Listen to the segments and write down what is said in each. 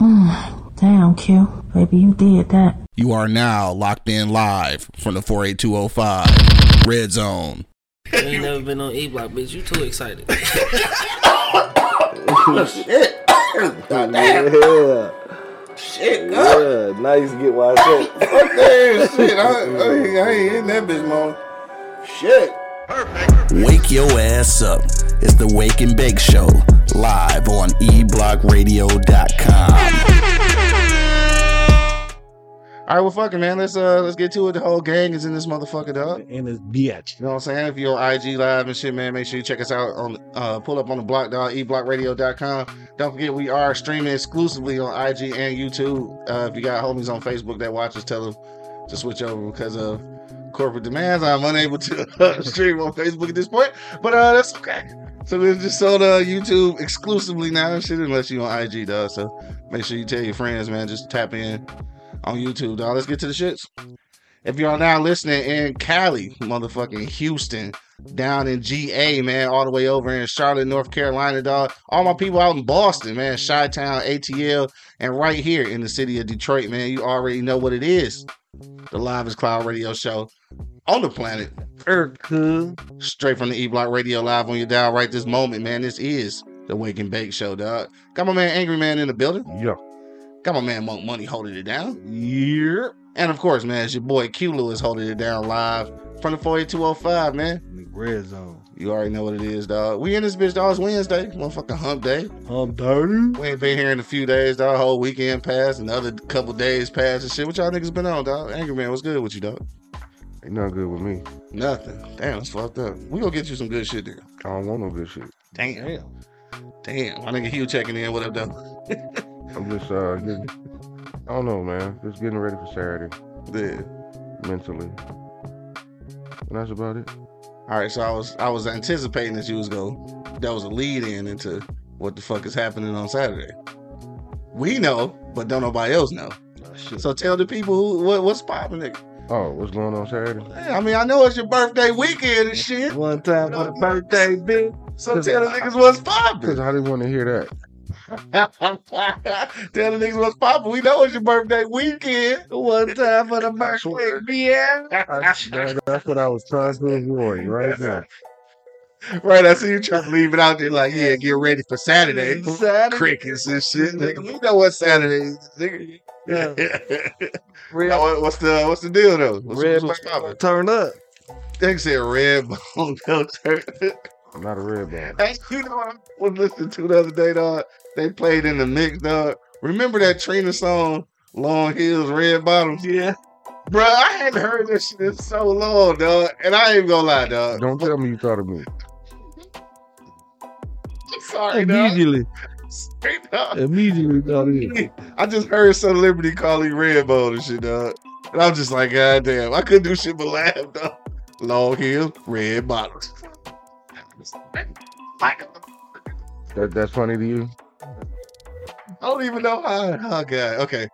Damn, Q. Baby, you did that. You are now locked in live from the 48205 Red Zone. You ain't never been on E Block, bitch. You too excited. Shit. God damn. Yeah, Shit. God. yeah. Nice get wise up. Fuck that shit. I, I, ain't- I ain't in that bitch, man. Shit. Wake your ass up. It's the Wake and Bake Show live on E eblockradio.com. All right, well, fuck it, man. Let's uh, let's get to it. The whole gang is in this motherfucker, dog. in this bitch. You know what I'm saying? If you're on IG live and shit, man, make sure you check us out on uh, pull up on the block, dog. eblockradio.com. Don't forget we are streaming exclusively on IG and YouTube. Uh, if you got homies on Facebook that watch us, tell them to switch over because of corporate demands. I'm unable to uh, stream on Facebook at this point, but uh, that's okay. So we're just on uh, YouTube exclusively now and shit, unless you on IG, dog. So make sure you tell your friends, man. Just tap in on YouTube, dog. Let's get to the shits. If y'all now listening in Cali, motherfucking Houston, down in GA, man, all the way over in Charlotte, North Carolina, dog. All my people out in Boston, man, Chi Town, ATL, and right here in the city of Detroit, man. You already know what it is. The Live is Cloud Radio Show on the planet. Earth, huh? Straight from the E Block Radio Live on your dial right this moment, man. This is the Wake and Bake Show, dog. Got my man Angry Man in the building. Yeah. Got my man Monk Money holding it down. Yeah. And of course, man, it's your boy Q Lewis holding it down live from the 48205, man. In the red zone. You already know what it is, dog. We in this bitch, dog. It's Wednesday. Motherfucking hump day. I'm dirty. We ain't been here in a few days, dog. Whole weekend passed, another couple days passed and shit. What y'all niggas been on, dog? Angry Man, what's good with you, dog? Ain't nothing good with me. Nothing. Damn, it's fucked up. We gonna get you some good shit there. I don't want no good shit. Damn. Damn. My nigga Hugh checking in. What up, though? I'm just uh, getting, I don't know, man. Just getting ready for Saturday Yeah. mentally. And that's about it. All right, so I was I was anticipating that you was go. That was a lead in into what the fuck is happening on Saturday. We know, but don't nobody else know. So tell the people who what, what's popping. nigga. Oh, what's going on Saturday? Hey, I mean, I know it's your birthday weekend and shit. One time for the birthday, bitch. So tell the niggas what's Because popping. I didn't want to hear that. tell the niggas what's popping. We know it's your birthday weekend. One time for the birthday, bitch. That- That's what I was trying to avoid right now. Right, I see you trying to leave it out there like, yeah, get ready for Saturday. Mm-hmm. Saturday. Crickets and shit. Nigga, we know what Saturday is, nigga. Yeah. Now, Red, what- what's the what's the deal though? What's, red what's popping? turn up. They said red bone culture. I'm not a red ball. hey, you know what I was listening to the other day, dog? They played in the mix, dog. Remember that Trina song, Long Heels, Red Bottoms? Yeah. Bruh, I hadn't heard this shit in so long, dog. And I ain't gonna lie, dog. Don't tell me you thought of me. Sorry, dog. Immediately. Sorry, dog. Immediately thought it. I just heard some Liberty calling Red Bone and shit, dog. And I'm just like, God damn, I couldn't do shit but laugh, dog. Long Heels, Red Bottoms. Like, That, that's funny to you? I don't even know how. Oh god. Okay.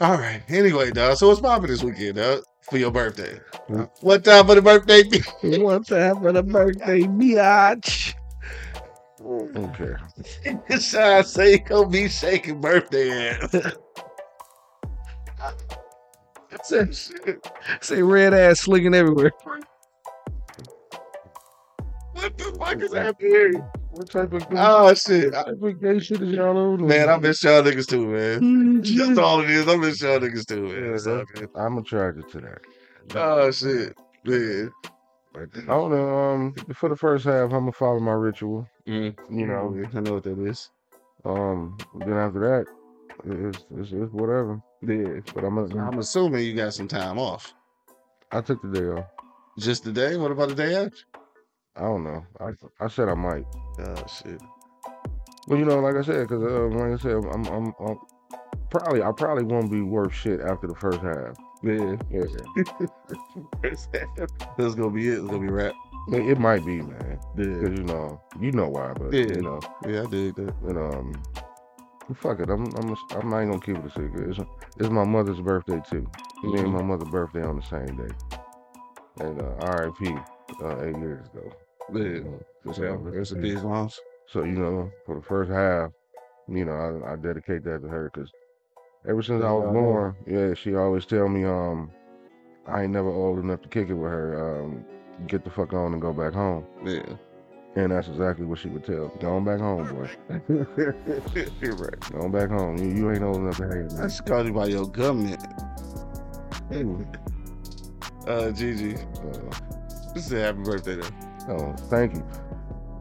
All right. Anyway, dog. So what's popping this weekend, dog? For your birthday. Mm. What time for the birthday? be? One time for the birthday, bitch. Okay. Sean say he gonna be shaking birthday ass. That's that shit. See red ass slinging everywhere. What the fuck is happening? What type of gay, Oh shit. I- type of gay shit is y'all on? Man, I miss y'all niggas too, man. That's Just all it is. I miss y'all niggas too, man. Yeah, It's all good. I'm attracted to that. Oh shit. Man. But I don't know. Um, for the first half, I'm gonna follow my ritual. Mm-hmm. You know. I know what that is. Um, then after that, it's it's, it's whatever. Yeah. But I'm gonna. I'm assuming you got some time off. I took the day off. Just the day? What about the day after? I don't know. I I said I might. Oh shit. Well, you know, like I said, because uh, like I said, I'm, I'm I'm probably I probably won't be worth shit after the first half. Yeah. Yeah. That's gonna be it. It's gonna be rap. I mean, it might be, man. Yeah. Because you know, you know why, but Yeah. you know, Yeah, I dig that. and um. Fuck it, I'm I'm I'm not even gonna keep it a secret. It's, it's my mother's birthday too. Me and my Mm-hmm. mother's birthday on the same day. And uh, RIP uh, eight years ago. Yeah. So, Rest in peace, Moms. so you know, for the first half, you know, I, I dedicate that to her because ever since I was born, yeah, she always tell me, um, I ain't never old enough to kick it with her. Um, get the fuck on and go back home. Yeah. And that's exactly what she would tell. me. Going back home, boy. You're right. Going back home. You, you ain't old enough to hang. I That's should call you by your government. Uh, Gigi, uh, this is a happy birthday. Then. Oh, thank you.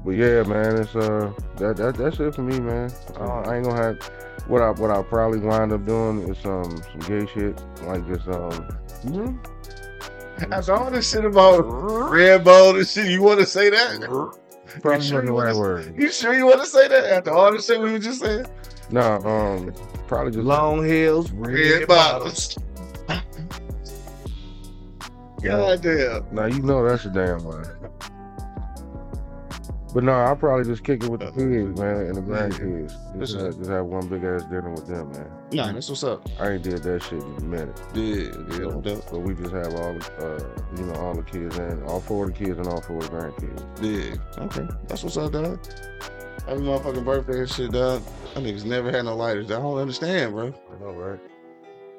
But yeah, man, it's uh that, that that's it for me, man. Uh, I ain't gonna have what I what I probably wind up doing is um some gay shit like this um After all this shit about red bone and shit, you want to say that? probably sure not you the right wanna- word. You sure you want to say that? After all this shit we were just saying, No, um probably just Long heels, red red bottoms. bottles. God damn. now you know that's a damn line. But no, I'll probably just kick it with the kids, man, and the grandkids. Just, have- just have one big ass dinner with them, man. Nah, that's what's up. I ain't did that shit in a minute. Yeah, You know, yeah, but we just have all, the, uh, you know, all the kids and all four of the kids and all four of the grandkids. yeah. Okay, that's what's up, dog. Happy motherfucking birthday and shit, dog. I niggas never had no lighters. I don't understand, bro. I know, right?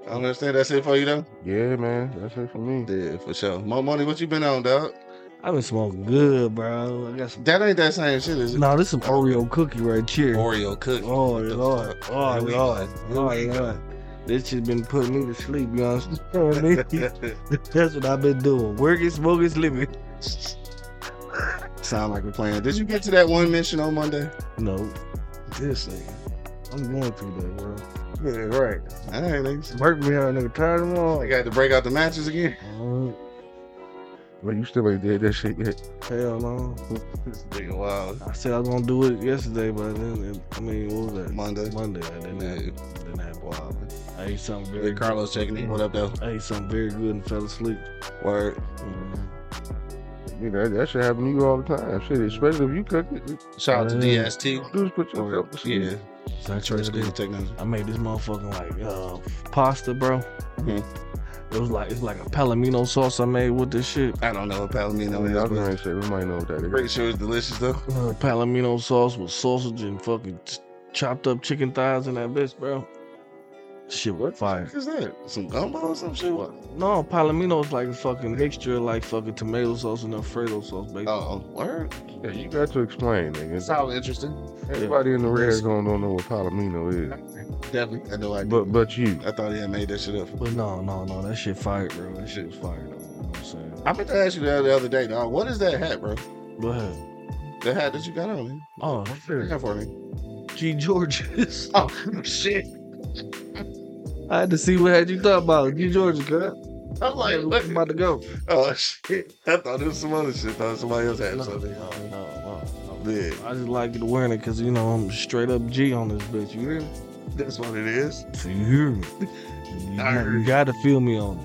I don't understand. That's it for you, though. Yeah, man, that's it for me. Yeah, for sure. Mo money, what you been on, dog? I've been smoking good, bro. I got some. That ain't that same shit, is it? No, this is some Oreo cookie right here. Oreo cookie. Oh What the Lord, fuck? oh Here we Lord, go. oh Here we Lord. This shit been putting me to sleep, you understand me? That's what I've been doing. Working, smoking, sleeping. Sound like we're playing. Did you get to that one mission on Monday? No, this nigga. I'm going through that, bro. Yeah, right. All right, niggas. Work me out, nigga. Tired of them all. I got to break out the matches again. Alright, But you still ain't did that shit yet. Hell no. This nigga wild. I said I was gonna do it yesterday, but then it, I mean, what was that? Monday. Monday. I didn't have, Yeah. didn't have wild. I ate something very. Big Carlos checking in. What up, though? I ate something very good and fell asleep. Word. You know, that, that should happen to you all the time. Shit, especially if you cook it, you Shout out to Yeah. DST. just put yourself to sleep. Yeah. Trade Sanctuary School of Technology. I made this motherfucking like uh, pasta, bro. Mhm. It was like it's like a palomino sauce I made with this shit. I don't know what I Palomino mean, I was is, gonna say, we might know what that but is. pretty sure it's delicious, though. Uh, palomino sauce with sausage and fucking ch- chopped up chicken thighs and that bitch, bro. Shit was fire. What is that? Some gumbo or some shit? What? No, palomino is like a fucking mixture of like fucking tomato sauce and Alfredo sauce, basically. Oh, word. Yeah, you got to explain, nigga. It sounds interesting. Everybody in the red zone don't know what palomino is, Definitely. I know I but but you. I thought he had made that shit up. But no, no, no, that shit fire, bro. That shit was fire, though. You know what I'm saying? I meant to ask you the other, the other day, dog. What is that hat, bro? Go ahead. The hat that you got on, man. uh, Oh, Bring shit. that for me. G. George's. Oh, shit. I had to see what had you thought about G. George's, girl. I'm like, Look, look. I'm about to go. Oh, shit. I thought it was some other shit. thought somebody else had No, no, something. no, no. Yeah, I just like it wearing it because, you know, I'm straight up G on this bitch. You hear me? that's what it is. So you hear me? You, I heard you you. gotta feel me on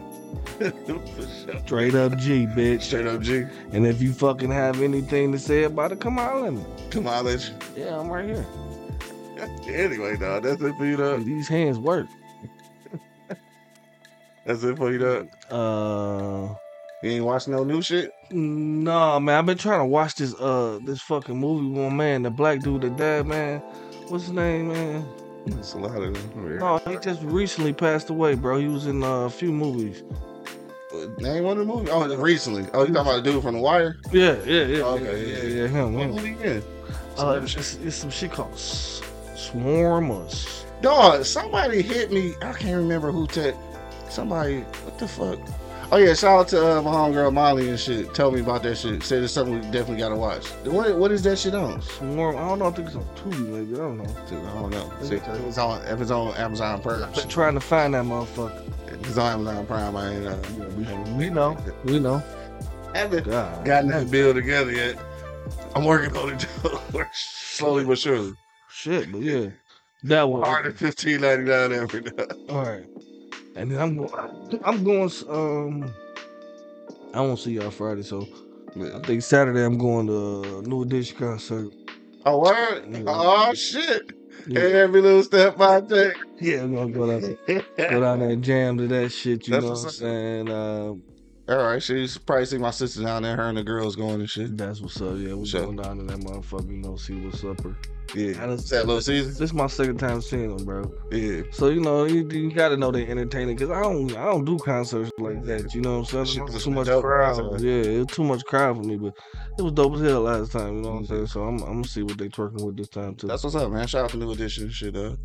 it. For sure. Straight up G, bitch. Straight up G. And if you fucking have anything to say about it, come out at me. Come on, let you. Yeah, I'm right here. Anyway, dog, that's it for you, dog. These hands work. That's it for you, dog. Uh, You ain't watching no new shit? nah, man. I've been trying to watch this uh this fucking movie with one man, the black dude that died, man. What's his name, man? That's a lot of them. Yeah. No, he just recently passed away, bro. He was in uh, a few movies. Uh, Name one of the movies? Oh, recently. Oh, you talking about the dude from The Wire? Yeah, yeah, yeah, Okay, yeah, yeah, yeah, him. What him. movie he in? Mm. Uh, it's, it's some shit called S- Swarm or S- Dog, somebody hit me. I can't remember who te- Somebody, what the fuck? Oh, yeah, shout out to uh, my homegirl Molly and shit. Tell me about that shit. Said it's something we definitely gotta watch. What, what is that shit on? Swarm. I don't know. I think it's on Tubi, maybe. I don't know. I don't know. See, if it's on, if it's on Amazon Prime, I've been trying to find that motherfucker. if it's on Amazon Prime, I ain't. Uh, We know. We know. haven't God. gotten that bill together yet. I'm working on it though. slowly but surely. Shit, but yeah. That one. Hard at fifteen ninety nine every day. All right. And then I'm going. I'm going. s- Um. I won't see y'all Friday, so I think Saturday I'm going to a New Edition concert. Oh word! Yeah. Oh shit! Yeah, And every little step I take. yeah, I'm gonna go down, there- That's go down there and jam to that shit. You That's know what I'm what's saying? Uh, All right, she's probably see my sister down there. Her and the girls going and shit. That's what's up. Yeah, we Sure. going down to that motherfucker. You know, see what's up. Or I Yeah, just- is that little this season? is my second time seeing them, bro. Yeah, So you know, you, you gotta know they entertaining because I don't, I don't do concerts like that. You know what I'm She saying? was It's a Too much dope crowd. concert. Yeah, it was too much crowd for me, but it was dope as hell last time. You know what I'm saying? So I'm, I'm gonna see what they twerking with this time Mm-hmm. too. that's what's up, man. Shout out to New Edition and shit. Uh,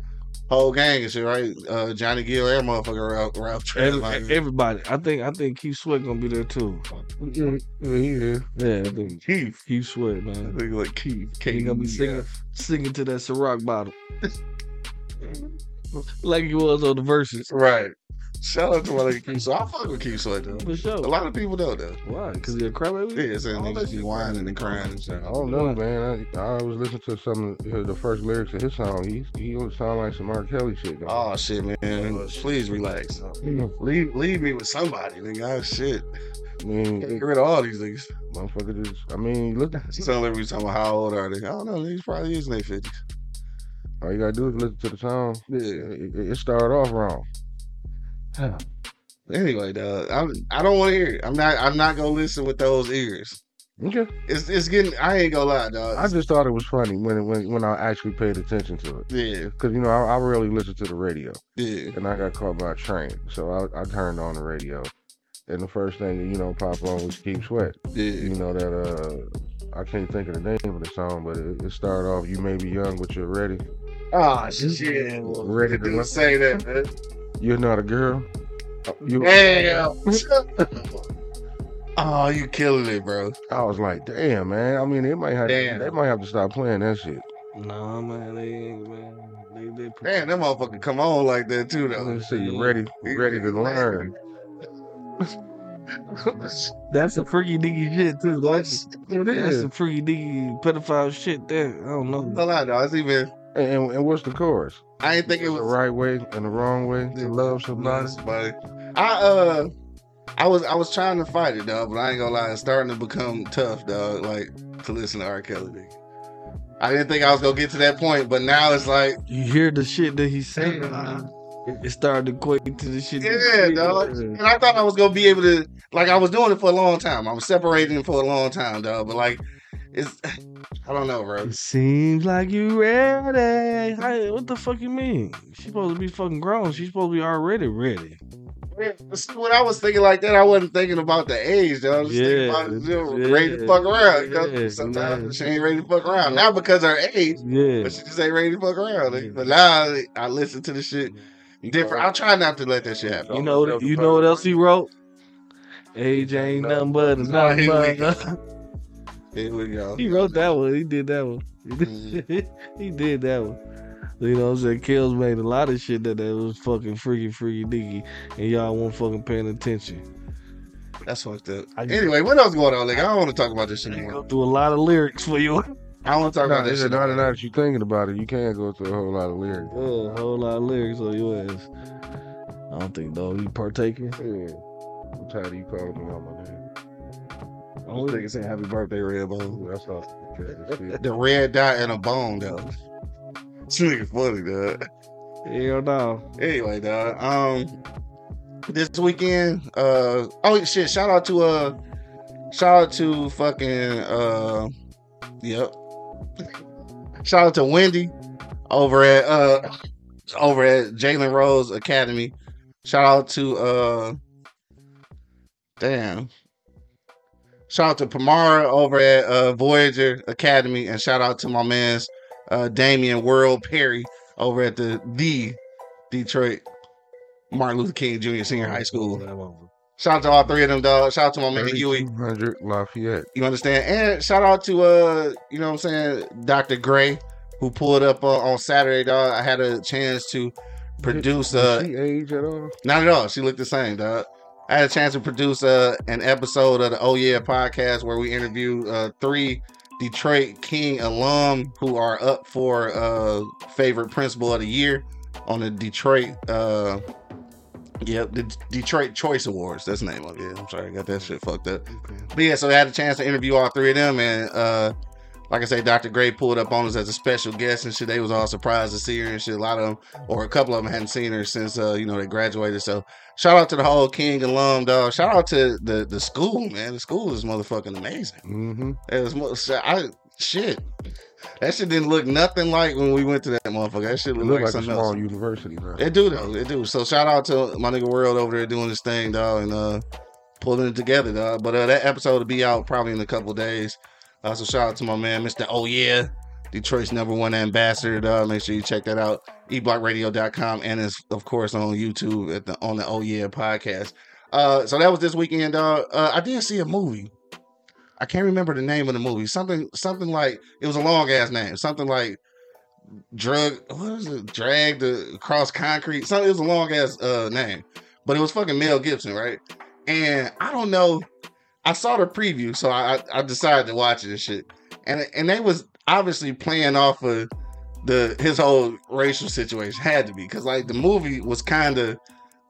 whole gang and shit, right? Uh, Johnny Gill and motherfucker Ralph, Ralph Trent. Every- like, everybody, I think, I think Keith Sweat gonna be there too. yeah, yeah. Yeah, I think Keith. Keith Sweat, I man. think like Keith. He gonna be singing, singing to that Ciroc bottle, like he was on the verses. Right. Shout out to my nigga Keith. So I fuck with Keith Sweat though. For sure. A lot of people know though. Why? Cause he a crybaby. Yeah, saying All that niggas be shit. whining and crying and shit. I don't know, man. I, I always listen to some of the- the first lyrics of his song. He he don't sound like some R. Kelly shit. Though. Oh shit, man! Please relax. Leave, leave me with somebody, nigga. Oh shit, I mean, get it- rid of all these niggas. motherfucker just. I mean, look. Some like we talking about how old are they? I don't know. Niggas probably is in their fifties. All you gotta do is listen to the song. Yeah. It, it- it started off wrong. Anyway, dog, I'm, I don't want to hear it. I'm not. I'm not gonna listen with those ears. Okay. It's it's getting. I ain't gonna lie, dog. I just thought it was funny when it- when when I actually paid attention to it. yeah, Cause you know I, I rarely listen to the radio, yeah. and I got caught by a train, so I, I turned on the radio, and the first thing that you know pop on was Keep Sweat. You Yeah, know that uh, I can't think of the name of the song, but it, it started off "You may be young, but you're ready." ah, shit. Ready to Didn't run. say that, man. You're not a girl. Uh, You, Damn. oh, you killing it, bro. I was like, damn, man. I mean, they might have Damn. they might have to stop playing that shit. Nah, man, they ain't, man. They, they Damn, that motherfucker come on like that too, though. Let's see, you ready, ready to learn. That's some freaky diggy shit too. That's It that's is. some freaky diggy pedophile shit. There, I don't know. Hold on, dog. It's even. And, and, and what's the chorus? I ain't think it The was right way and the wrong way to love somebody. somebody. I uh, I was I was trying to fight it, dog, but I ain't gonna lie, it's starting to become tough, dog. Like to listen to R. Kelly. nigga. I didn't think I was gonna get to that point, but now it's like, You hear the shit that he's saying. It it started to equate to the shit. yeah, he- dog. And I thought I was gonna be able to, like, I was doing it for a long time. I was separating it for a long time, dog. But like, it's, I don't know, bro. It seems like you ready. Hey, what the fuck you mean? She's supposed to be fucking grown. She's supposed to be already ready. See, when I was thinking like that, I wasn't thinking about the age, though. I was Yeah, thinking about you know, yeah, ready to fuck around. you know? yeah, Sometimes man. she ain't ready to fuck around. Not because of her age, Yeah. but she just ain't ready to fuck around. Yeah. But now I listen to the shit different. I try not to let that shit happen. You know, what- you know what else he wrote? Age ain't nothing but a Nah, here we go. number. Here we go. He wrote that one. He did that one. he did that one. You know what I'm saying? Kills made a lot of shit that, that was fucking freaky, freaky diggy, and y'all weren't fucking paying attention. That's fucked up. I- Anyway, what else going on? Like, I don't want to talk about this shit Go anymore. through a lot of lyrics for you. I don't want to talk No, about this this shit. is not now that you're thinking about it. You can't go through a whole lot of lyrics. Yeah, a whole lot of lyrics on your ass. I don't think, dog, you partaking. Yeah. I'm tired of you calling me out my name. Those niggas say happy birthday, Red Bone. That's all. Okay, that's it. The red dot and a bone, though. This nigga funny, dog. Hell no. Anyway, dog. Um, this weekend. Uh, oh shit! Shout out to uh, shout out to fucking uh, yep. Shout out to Wendy over at uh over at Jalen Rose Academy. Shout out to uh, damn. Shout out to Pamara over at uh, Voyager Academy, and shout out to my man's uh, Damian World Perry over at the the Detroit, Martin Luther King Jr. Senior High School. Shout out to all three of them, dog. Shout out to my man Huey. 3200 Lafayette. You understand? And shout out to uh, you know what I'm saying, Dr. Gray, who pulled up uh, on Saturday, dog. I had a chance to produce uh Does she age at all? not at all. She looked the same, dog. I had a chance to produce uh, an episode of the Oh Yeah podcast where we interview uh, three Detroit King alum who are up for uh, favorite principal of the year on the Detroit, uh, yep, the D- Detroit Choice Awards. That's the name of it. I'm sorry, I got that shit fucked up. But yeah, so I had a chance to interview all three of them, and uh, Like I say, Dr. Gray pulled up on us as a special guest and shit. They was all surprised to see her and shit. A lot of them, or a couple of them, hadn't seen her since uh, you know they graduated. So shout out to the whole King alum, dog. Shout out to the the school, man. The school is motherfucking amazing. Mm-hmm. It was mo- so I shit. That shit didn't look nothing like when we went to that motherfucker. That shit It looked looked like, like a something small else. university now. It do though. It do. So shout out to my nigga World over there doing his thing, dog, and uh pulling it together, dog. But uh, that episode will be out probably in a couple days. Uh, so shout out to my man, Mr. Oh Yeah, Detroit's number one ambassador, dog. Make sure you check that out. E eblockradio.com and it's of course on YouTube at the on the Oh Yeah podcast. Uh so that was this weekend, dog. Uh I did see a movie. I can't remember the name of the movie. Something something like it was a long ass name. Something like drug what was it dragged across concrete so it was a long ass uh name but it was fucking mel gibson right and i don't know i saw the preview so i I- i decided to watch it and shit and and they was obviously playing off of the his whole racial situation had to be because like the movie was kind of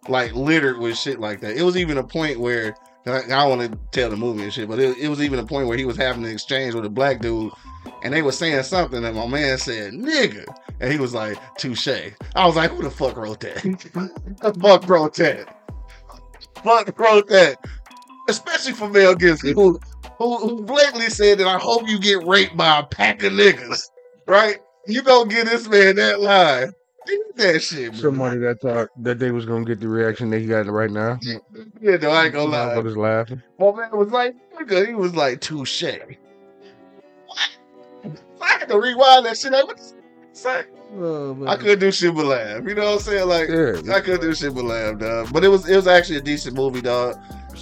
like littered with shit like that it was even a point where like, I don't want to tell the movie and shit, but it, it was even a point where he was having an exchange with a black dude, and they were saying something, and my man said "nigga," and he was like "touche." I was like, "Who the fuck wrote that? the fuck wrote that? Fuck wrote that?" Especially for Mel Gibson, who, who who blatantly said that I hope you get raped by a pack of niggas, right? You don't get this man that line. Think that shit, bro. Somebody that thought that they was gonna get the reaction they got right now. Yeah, no, I ain't gonna lie. Motherfuckers laughing. My man was like, nigga, he was like, touche. What? So I had to rewind that shit. Like, what the fuck? Oh, man. I couldn't do shit but laugh. You know what I'm saying? Like, Yeah. I couldn't do shit but laugh, dog. But it was it was actually a decent movie, dog.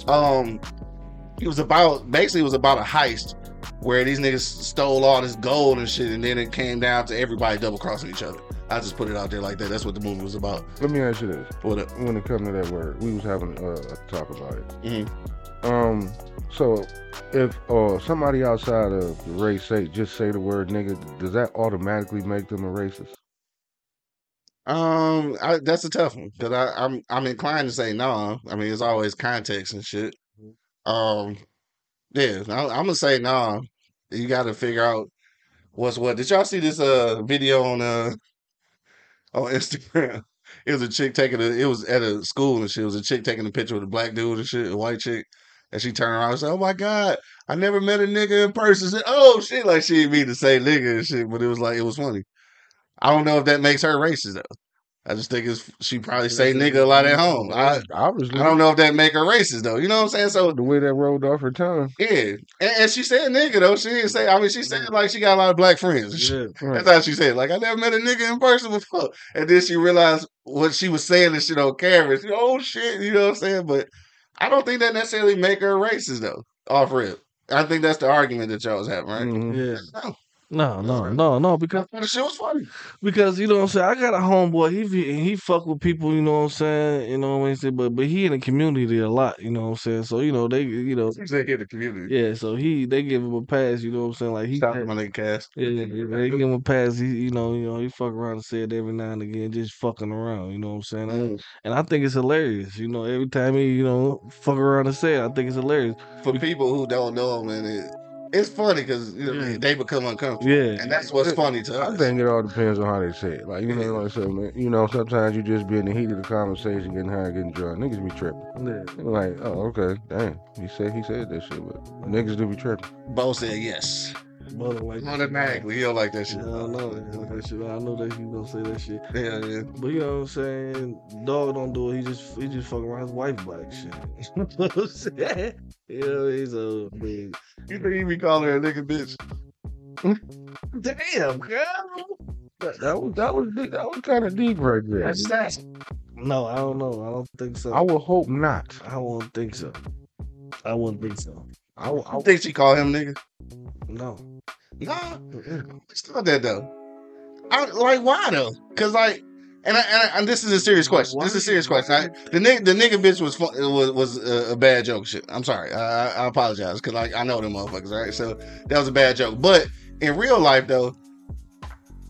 Um, it was about basically it was about a heist where these niggas stole all this gold and shit, and then it came down to everybody double crossing each other. I just put it out there like that. That's what the movie was about. Let me ask you this: What up? When it comes to that word, we was having uh, a talk about it. Mhm. Um, so if uh somebody outside of the race say just say the word nigga, does that automatically make them a racist? Um, I, that's a tough one because I'm I'm inclined to say no. I mean, it's always context and shit. Um, yeah, I, I'm gonna say no. You got to figure out what's what. Did y'all see this uh video on uh on Instagram? It was a chick taking a. It was at a school and shit. It was a chick taking a picture with a black dude and shit, a white chick. And she turned around and said, "Oh my god, I never met a nigga in person." Said, oh shit, like she didn't mean to say nigga and shit, but it was like it was funny. I don't know if that makes her racist though. I just think it's she probably say nigga a lot at home. I Obviously, I don't know if that make her racist though. You know what I'm saying? So the way that rolled off her tongue. yeah, and, and she said nigga though. She didn't say. I mean, she said like she got a lot of black friends. and shit. Yeah. That's how she said. Like I never met a nigga in person before, and then she realized what she was saying and shit on camera. She, oh shit, you know what I'm saying? But I don't think that necessarily make her racist though. Off rip, I think that's the argument that y'all was having, right? Mhm. Mm-hmm. Yeah. No. No, no, right. no, no, because The shit was funny. because you know what I'm saying. I got a homeboy. He be- and he fuck with people. You know what I'm saying. You know what I'm saying. But but he in the community a lot. You know what I'm saying. So you know they you know She said here the community. yeah. So he they give him a pass. You know what I'm saying. Like he Shout out to my nigga Cass. Yeah, yeah, yeah, they give him a pass. He, you know, you know, he fuck around and said every now and again, just fucking around. You know what I'm saying? I- Mm. And I think it's hilarious. You know, every time he, you know, fuck around and say, it, I think it's hilarious. for people who don't know him, and it, it's funny because you know, Yeah. they become uncomfortable, Yeah, and that's what's funny to I us. think it all depends on how they say it. Like you know, like I said, man, you know, sometimes you just be in the heat of the conversation, getting high, getting drunk. Niggas be tripping. yeah. They be Like, oh, okay, dang, he said he said that shit, but niggas do be tripping. Bo said yes Mother like automatically. He don't like that Yeah, shit. I know that, that shit. I know that he gonna say that shit. Yeah, yeah. But you know what I'm saying? Dog don't do it. He just he just fuck around his wife black shit. you know what I'm saying? You know, he's a big You think he be calling her a nigga bitch? damn girl. That, that was that was deep, that was kind of deep right there. No, I don't know. I don't think so. I would hope not. I won't think so. I wouldn't think so. I, would- I I Oh. would- think she called him nigga. No. Nah, Mm-mm. it's not that though. I, like why though? Cause like, and I, and, I, and this is a serious question. This is a serious question. I, the nigga, the nigga bitch was fu- was was a, a bad joke. Shit, I'm sorry. I, I- I apologize because like I know them motherfuckers, right? So that was a bad joke. But in real life though,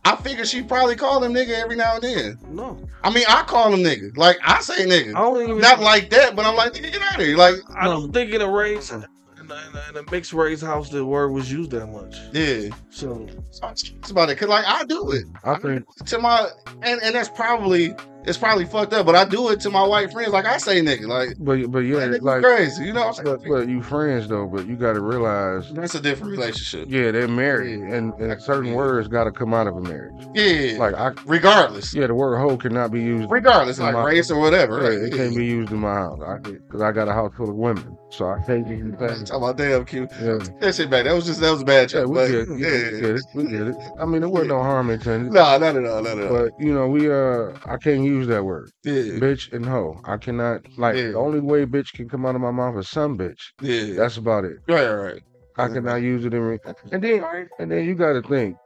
I figure she probably called him nigga every now and then. No. I mean, I call him nigga. Like I say I nigga, don't even not like that, but I'm like nigga, get out of here. Like I don't think it a race. in the, in the mixed race house, the word was used that much. Yeah, So so I'm serious about it. Cause like I do it I think to my, and and that's probably it's probably fucked up, but I do it to my white friends. Like I say, nigga, like but but yeah, that nigga like crazy. You know, I'm but, like, but you friends though, but you gotta realize that's a different relationship. yeah, they're married and, and certain Yeah. words gotta come out of a marriage. Yeah, Like I regardless, yeah, the word hoe cannot be used regardless, like My- race or whatever. Yeah, right? it can't be used in my house. I because I got a house full of women. So I can't use things. Talking about damn Q. Yeah. That shit back. That was just that was a bad Yeah, joke. we but, get, it. yeah. we get it. We get it. I mean, there was no harm intended. Nah, not at all, not at all. But you know, we uh, I can't use that word, yeah, bitch and hoe. I cannot like Yeah. the only way bitch can come out of my mouth is some bitch. yeah. That's about it. right, right. I cannot use it in. Re- and then, and then you got to think.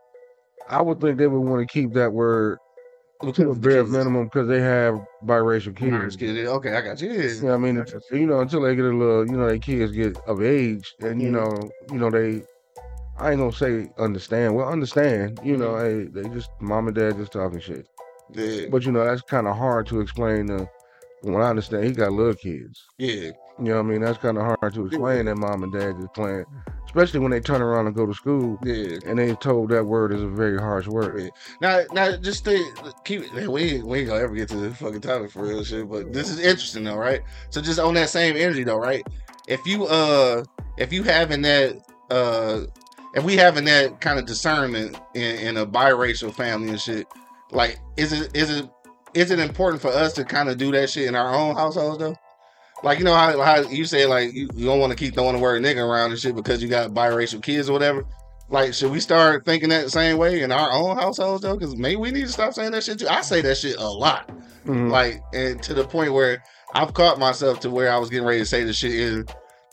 I would think they would want to keep that word right. to a bare minimum because they have biracial kids. Okay, I got you. You know Yeah. what I mean, It's- you know, until they get a little, you know, their kids get of age, and you Mhm. know, you know, they, I ain't gonna say understand. Well, understand, you know, hey, they just mom and dad just talking shit. Yeah. But you know, that's kind of hard to explain. To, when I understand, he got little kids. yeah. You know what I mean? That's kind of hard to explain that mom and dad just playing, especially when they turn around and go to school Yeah. and they told that word is a very harsh word. Now, now, just think. Keep it. Man, we ain't, we ain't gonna ever get to the fucking topic for real shit. But this is interesting though, right? So just on that same energy though, right? If you uh, if you having that uh, if we having that kind of discernment in, in a biracial family and shit, like, is it is it is it important for us to kind of do that shit in our own households though? Like you know how, how you say like you, you don't want to keep throwing the word nigga around and shit because you got biracial kids or whatever. Like, should we start thinking that same way in our own households though? Because maybe we need to stop saying that shit too. I say that shit a lot, Mhm. like, and to the point where I've caught myself to where I was getting ready to say this shit in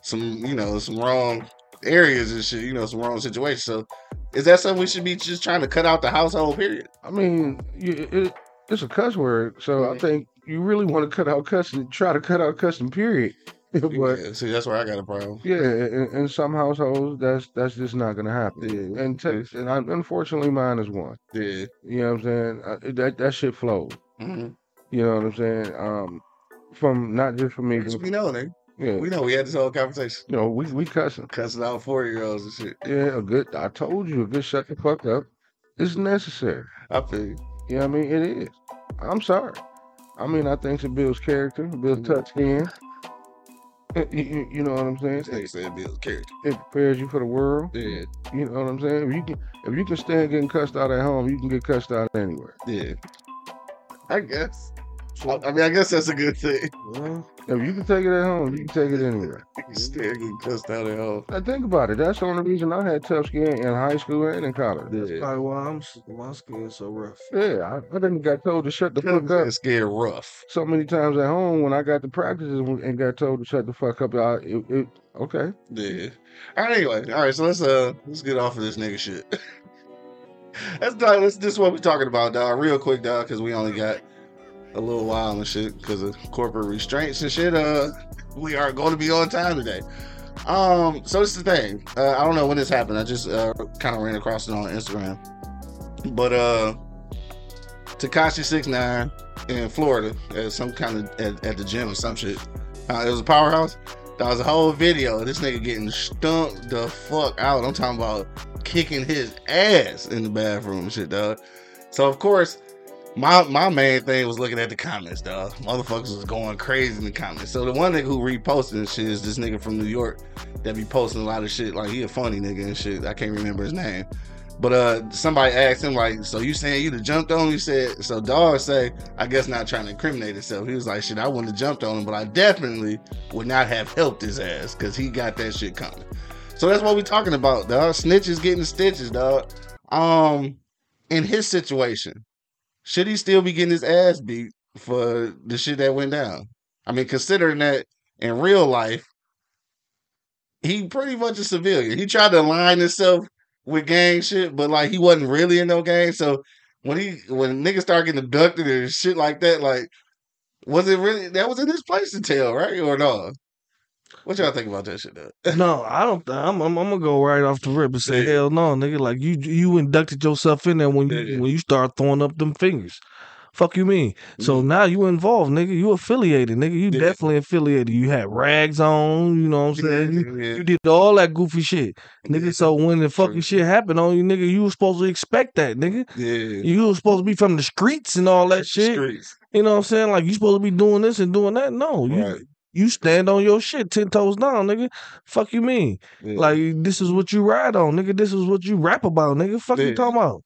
some, you know, some wrong areas and shit, you know, some wrong situations. So, is that something we should be just trying to cut out the household period? I mean, you, it, it's a cuss word, so I Mhm. think you really want to cut out cussing. Try to cut out cussing, period. but Yeah, see, that's where I got a problem. yeah, in, in some households, that's that's just not gonna happen. Yeah. And t- and I, unfortunately, mine is one. Yeah. You know what I'm saying? I, that that shit flows. Mhm. You know what I'm saying? Um, from not just from me, We know, nigga. yeah. We know. We had this whole conversation. you know, we we cussing. Cussing out 40 year olds and shit. Yeah, a good. I told you, a good shut the fuck up is necessary. I feel you. You know what I mean? It is. I'm sorry. I mean, I think it builds character, builds Mm-hmm. tough skin. Uh, You, you- you know what I'm saying? This nigga It, said Bill's character. it prepares you for the world. Yeah. You know what I'm saying? If you can, if you can stand getting cussed out at home, you can get cussed out anywhere. Yeah. I guess. I, I mean, I guess that's a good thing. well, If you can take it at home, you can take it anywhere. You still get cussed out at home. Now think about it. That's the only reason I had tough skin in high school and in college. that's Yeah. probably why I'm s- my skin's so rough. Yeah, I, I didn't got told to shut the fuck up It's scared rough. so many times at home when I got to practices and got told to shut the fuck up. I, it, it, okay. Yeah. All right. Anyway. All right. So let's uh let's get off of this nigga shit. That's dog. That's this is what we're talking about, dog. Real quick, dog, because we only got a little while and shit because of corporate restraints and shit. Uh, we are going to be on time today. Um. So it's the thing. Uh, I don't know when this happened. I just uh kind of ran across it on Instagram, but uh, Takashi six nine in Florida at some kind of at, at the gym or some shit. Uh, it was a powerhouse. That was a whole video. of This nigga getting stumped the fuck out. I'm talking about kicking his ass in the bathroom and shit, dog. So of course, my my main thing was looking at the comments, dog. Motherfuckers was going crazy in the comments. So the one nigga who reposted and shit is this nigga from New York that be posting a lot of shit. Like he a funny nigga and shit. I can't remember his name. But uh somebody asked him like, so you saying you'd have jumped on him? He said, so dog say, I guess not trying to incriminate himself. He was like, shit, I wouldn't have jumped on him, but I definitely would not have helped his ass because he got that shit coming. So that's what we're talking about, dog. Snitches getting stitches, dog. Um, in his situation, should he still be getting his ass beat for the shit that went down? I mean, considering that in real life, he pretty much a civilian. He tried to align himself with gang shit, but like he wasn't really in no gang. So when he when niggas start getting abducted and shit like that, like was it really that was in his place to tell, right? Or no? What y'all think about that shit though? no, I don't. th- I'm, I'm, I'm gonna go right off the rip and say, Yeah. hell no, nigga. Like you, you inducted yourself in there when you Yeah. when you start throwing up them fingers. Fuck you mean? So now you involved, nigga. You affiliated, nigga. You Mm-hmm. Yeah. definitely affiliated. You had rags on, you know what I'm saying? You, you did all that goofy shit. Nigga, Yeah. so when the fucking True. shit happened on you, nigga, you was supposed to expect that, nigga. yeah. You was supposed to be from the streets and all that shit. Streets. You know what I'm saying? Like you supposed to be doing this and doing that. No, Right. you you stand on your shit ten toes down, nigga. Fuck you mean? Yeah. Like this is what you ride on, nigga. This is what you rap about, nigga. Fuck Yeah. you talking about?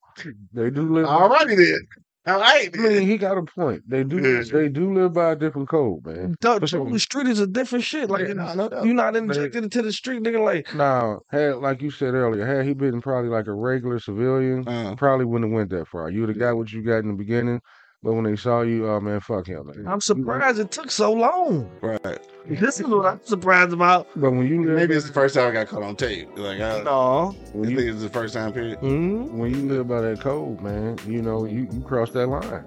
They do live. by- Alrighty then. All right. I mean, he got a point. They do. Yeah. They do live by a different code, man. Dog, sure. The street is a different shit. Like Yeah, nah, no doubt. you're not injected into the street, nigga. Like Now, had like you said earlier, had he been probably like a regular civilian, Uh, probably wouldn't have went that far. You'd have got what you got in the beginning, but when they saw you, oh man, fuck him. man. I'm surprised it took so long. right. This is what I'm surprised about. But when you live, Maybe it's the first time I got caught on tape. Like, I, No. I think it's the first time period. Mm-hmm. when you live by that code, man, you know you, you cross that line.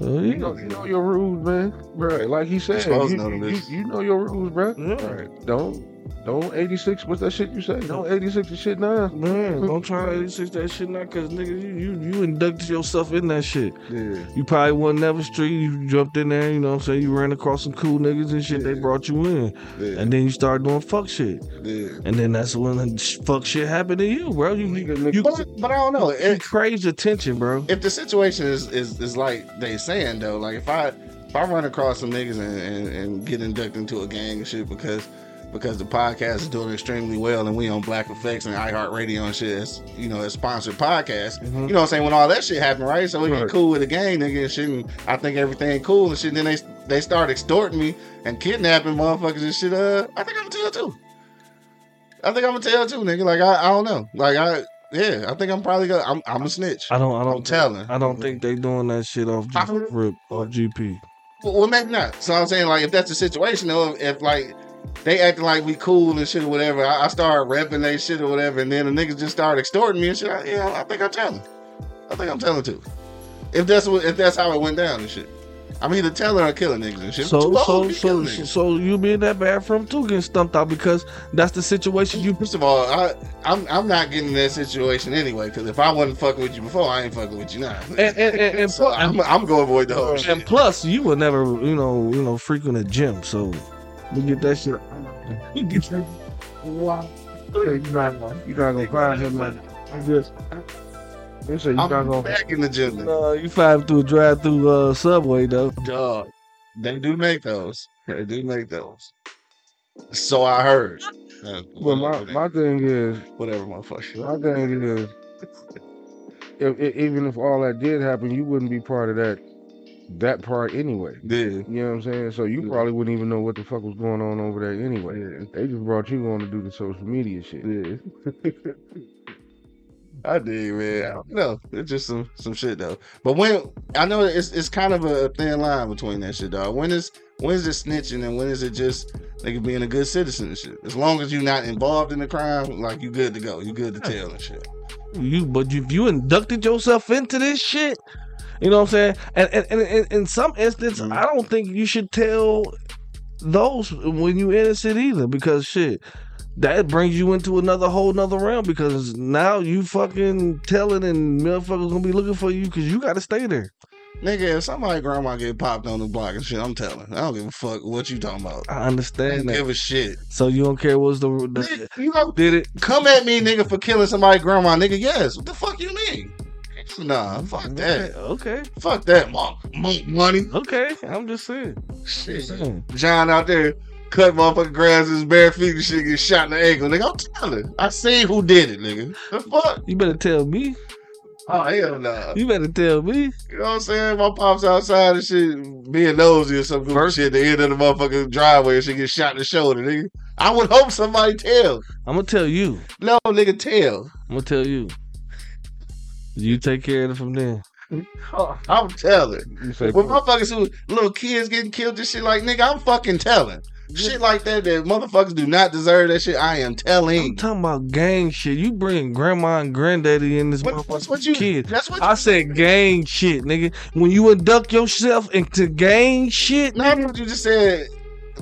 You know, you know your rules, man. Right. Like he said, supposed you, to know the you- rules. you know your rules, bro. Yeah. Right. Don't don't 86. What's that shit you say? Don't 86 and shit now. Man, don't try to insist that shit now, cause nigga, you, you you inducted yourself in that shit. Yeah. You probably wasn't never street. You jumped in there, you know what I'm saying? You ran across some cool niggas and shit. They brought you in, Yeah. and then you started doing fuck shit, yeah. and then that's when the sh- fuck shit happened to you, bro. You you, Nigga, you, But, but I don't know. you It, craved attention, bro. if the situation is, is is like they saying though, like if I if I run across some niggas and, and, and get inducted into a gang and shit because because the podcast is doing extremely well and we on Black Effects and iHeartRadio and shit, it's, you know, it's sponsored podcast. You know what I'm saying? When all that shit happened, right? So we get Right. cool with the gang nigga and shit, and I think everything cool and shit. And then they they start extorting me and kidnapping motherfuckers and shit. Uh, I think I'm gonna tell too. I think I'm gonna tell too, nigga. Like I, I don't know. Like I, yeah, I think I'm probably gonna. I'm, I'm a snitch. I don't, I I'm don't, telling. I don't think they doing that shit off I G- don't- rip off GP. Well, well, maybe not. So I'm saying, like, if that's the situation, though, if, if, like they acting like we cool and shit or whatever, I, I start repping they shit or whatever, and then the niggas just start extorting me and shit. I, yeah, I think I'm telling. I think I'm telling too. If that's what, if that's how it went down and shit, I'm either telling or killing niggas and shit. So, Too old so, to be so, killing so, niggas. so you be in that bathroom too, getting stumped out because that's the situation you First of all, I, I'm I'm not getting in that situation anyway. Because if I wasn't fucking with you before, I ain't fucking with you now. and and, and, and so I'm, I'm gonna avoid the whole shit. And plus, you would never, you know, you know, frequent a gym, so we get that shit. You get that. You're not gonna- you're not gonna find him like this. They say you're not I'm gonna. back in the gym. nigga. Uh, you find through a drive-through uh, subway though. Dog. They do make those. They do make those. So I heard. Uh, But my, my thing is, whatever, motherfucker. my thing is, if, if, even if all that did happen, you wouldn't be part of that that part anyway. Yeah. You know what I'm saying? So you Yeah. probably wouldn't even know what the fuck was going on over there anyway. They just brought you on to do the social media shit. Yeah. I dig, man. No, it's just some some shit though. But when I know it's it's kind of a thin line between that shit, dog. When is when is it snitching and when is it just like being a good citizen and shit? As long as you're not involved in the crime, like you good to go, you good to tell and shit. You, but if you inducted yourself into this shit, you know what I'm saying. And and, and, and in some instance, Mhm. I don't think you should tell those when you innocent either, because shit. That brings you into another whole nother realm because now you fucking telling and motherfuckers gonna be looking for you because you gotta stay there. Nigga, if somebody grandma get popped on the block and shit, I'm telling. I don't give a fuck what you talking about. I I understand don't that. give a shit. So you don't care what's the, Nigga, the You know, did it? come at me, nigga, for killing somebody, grandma, nigga. Yes. What the fuck you mean? Nah, fuck that. Okay, Fuck that, mom. Money. okay. I'm just saying. Shit. Mm. John out there cut motherfucking grass with his bare feet and shit, get shot in the ankle. Nigga, I'm telling. I seen who did it, nigga. The fuck? You better tell me. Oh, hell nah. You better tell me. You know what I'm saying? My pops outside and shit, being nosy or some goofy First- shit. The end of the motherfucking driveway, and she get shot in the shoulder, nigga. I would hope somebody tell. I'm gonna tell you. No, nigga, tell. I'm gonna tell you. You take care of it from there. I'm telling. You say, When motherfuckers who little kids getting killed and shit like nigga, I'm fucking telling. Shit like that that motherfuckers do not deserve that shit. I am I'm telling. talking about gang shit. You bringing grandma and granddaddy in this What, that's what you. motherfucking kid. That's what. I said gang shit, nigga. When you induct yourself into gang shit, Not what you just said.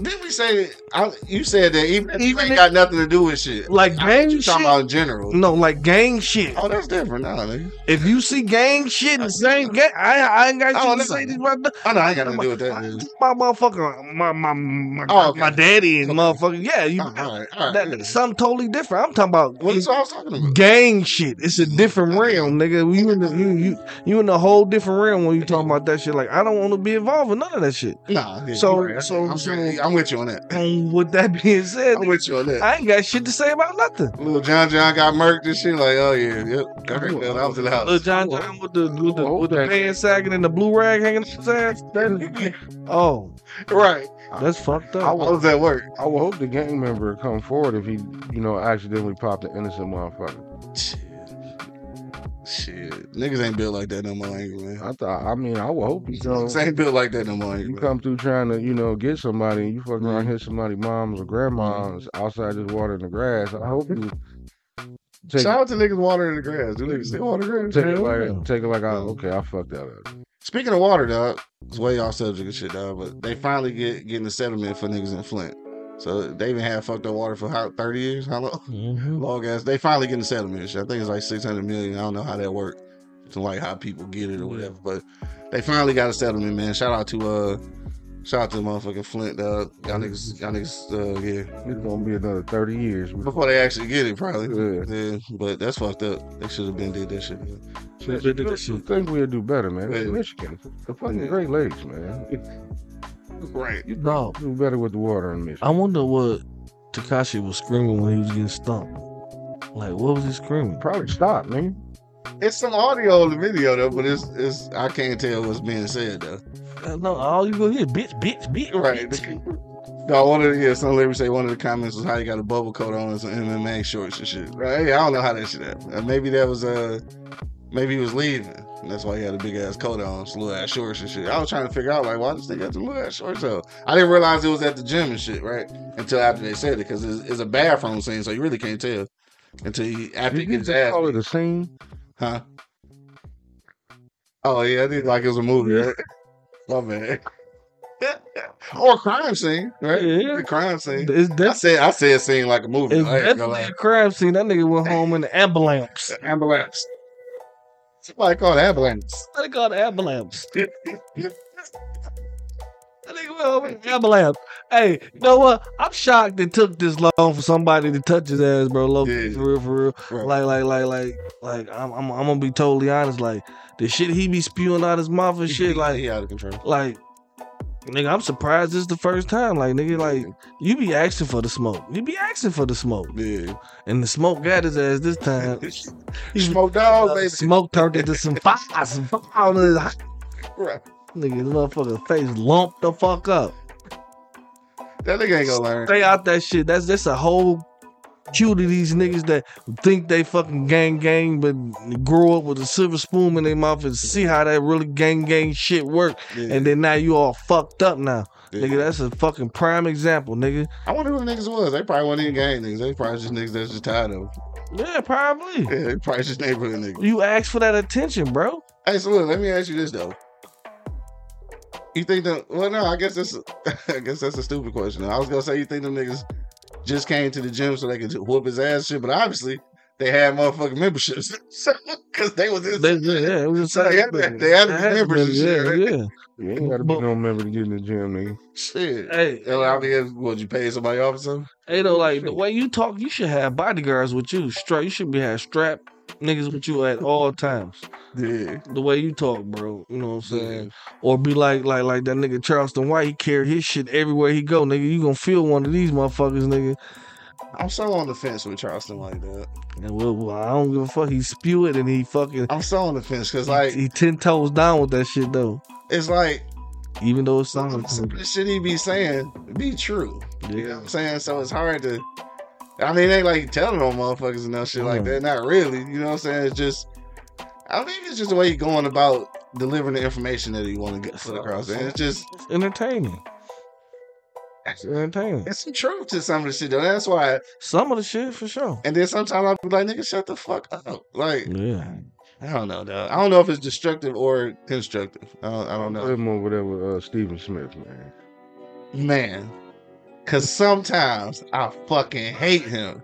Did we say I, you said that even, even Even ain't if- got nothing to do with shit? Like I'm gang just shit. talking about in general. No, like gang shit. Oh, that's different, nah, nigga. If you see gang shit in the same gang, I, I ain't got Oh, you to no. say this right now. I know I ain't got nothing to do with that. My, nigga. my motherfucker, my my my, Oh, okay. my daddy and Okay. motherfucker. Yeah, you. Oh, all right, all right. that, that's something totally different. I'm talking about what is all Mm-hmm. I was talking about? gang shit. It's a different realm, nigga. You in the you you you in a whole different realm when you talking about that shit. Like I don't want to be involved in none of that shit. Nah, yeah, So- you right. so- I'm, sure- I'm with you on that. And with that being said, I'm with you on that. I ain't got shit to say about nothing. Little John John got murked and shit. Like, oh yeah, yep. All right, man, I was in the Little house. John John with the with the, Oh, with the that- pants sagging and the blue rag hanging off his ass. Oh, right. that's fucked I up. was at work. I would hope the gang member come forward if he, you know, accidentally popped an innocent motherfucker. Shit. Shit. Niggas ain't built like that no more, ain't man. I thought, I mean, I would hope you know, Niggas ain't built like that no more, ain't you man. come through trying to, you know, get somebody, and you fucking around hit somebody, moms or grandmas Mm-hmm. outside just watering the grass. I hope you take, Shout out to niggas watering the grass. Do niggas still water grass? take it Hell yeah. like, take it like, I, No. okay, I fucked that up. Speaking of water, dog, it's way off subject and shit, dog. But they finally get getting the settlement for niggas in Flint. So they even had fucked up water for how thirty years? How long? Mm-hmm. Mhm. Long ass. They finally getting the settlement. and shit. I think it's like six hundred million. I don't know how that worked. It's like how people get it or whatever. But they finally got a settlement, man. Shout out to uh, shout out to motherfucking Flint, dog. Y'all niggas, y'all niggas, uh, yeah. It's gonna be another thirty years. before- Before they actually get it, probably. Yeah. Yeah. But that's fucked up. They should have been did that shit. Man. Shit, They did you that shit. think we'll do better, man? It's Yeah. Michigan, the fucking Yeah. Great Lakes, man. Right. You No. do better with the water in Michigan. I wonder what Takashi was screaming when he was getting stumped. Like, what was he screaming? Probably stop, man. It's some audio in the video though, but it's it's I can't tell what's being said though. Uh, No, all you go hear, is bitch, bitch, bitch. Right. bitch. No, one of the, yeah, some lyrics say one of the comments was how you got a bubble coat on and some MMA shorts and shit. Right? I don't know how that shit happened. Uh, Maybe that was uh maybe he was leaving. and That's why he had a big ass coat on, some little ass shorts and shit. I was trying to figure out like why this nigga got the little ass shorts on. I didn't realize it was at the gym and shit, right? Until after they said it, because it's, it's a bathroom scene, so you really can't tell until he after he Did you gets his just ass. call it a scene? Huh? Oh yeah, I did like it was a movie, right? My man. or a crime scene, right? Yeah. The crime scene. It's I that's said I said scene like a movie. it's I ain't gonna definitely lie. a crime scene. That nigga went home in the ambulance. Ambulance. Somebody called ambulance. That nigga called the ambulance. that nigga went home in the ambulance. Hey, you know what? I'm shocked it took this long for somebody to touch his ass, bro. Low key, Yeah. for real, for real. Right. Like, like, like, like, like. I'm, I'm, I'm gonna be totally honest. Like, the shit he be spewing out his mouth and shit, like, he out of control. like nigga i'm surprised this the first time like nigga like you be asking for the smoke you be asking for the smoke Yeah. and the smoke got his ass this time Smoke dog, Uh, baby. smoke turned into some fire some fire on his Right. nigga his motherfucking face lumped the fuck up That nigga ain't gonna learn. stay out that shit that's that's a whole cue to these niggas that think they fucking gang gang but grow up with a silver spoon in their mouth and see how that really gang gang shit work Yeah. and then now you all fucked up now Yeah. nigga that's a fucking prime example nigga I wonder who the niggas was. They probably wasn't even gang niggas. They probably just niggas that's just tired of. it. Yeah, probably. Yeah, they probably just neighborhood niggas. You asked for that attention, bro. Hey, so look, let me ask you this though. You think that? Well, no, I guess that's I guess that's a stupid question. I was gonna say you think them niggas just came to the gym so they could just whoop his ass and shit, but obviously they had motherfucking memberships, so because they was in. They, yeah, yeah, it was So they had to- they had to be members and shit, right? Yeah, yeah. You ain't gotta be But- no member to get in the gym, nigga. shit. Hey, And I mean, would you pay somebody off or something? hey, though, like the way you talk, you should have bodyguards with you. Strap, you should be have strap niggas with you at all times. Yeah, The way you talk, bro. You know what I'm saying? Or be like, like, like that nigga Charleston White. He carry his shit everywhere he go, nigga. You gonna feel one of these motherfuckers, nigga. I'm so on the fence with Charleston like that. And well, well, I don't give a fuck. He spew it and he fucking. I'm so on the fence because He, like he ten toes down with that shit though. it's like Even though it some, sounds some of the shit he be saying be true. You know yeah. what I'm saying? So it's hard to. I mean, they like telling on motherfuckers and no shit like that. Not really. You know what I'm saying? It's just. I think it's just the way you're going about delivering the information that you want to get put across. And it's just. It's entertaining. It's entertaining. It's some truth to some of the shit, though. That's why. Some of the shit for sure. And then sometimes I'll be like, nigga, shut the fuck up. Like, Mm. Yeah. I don't know, though. I don't know if it's destructive or constructive. I don't, I don't know. I'm over there with uh, Stephen Smith, man. Man. Cause sometimes I fucking hate him,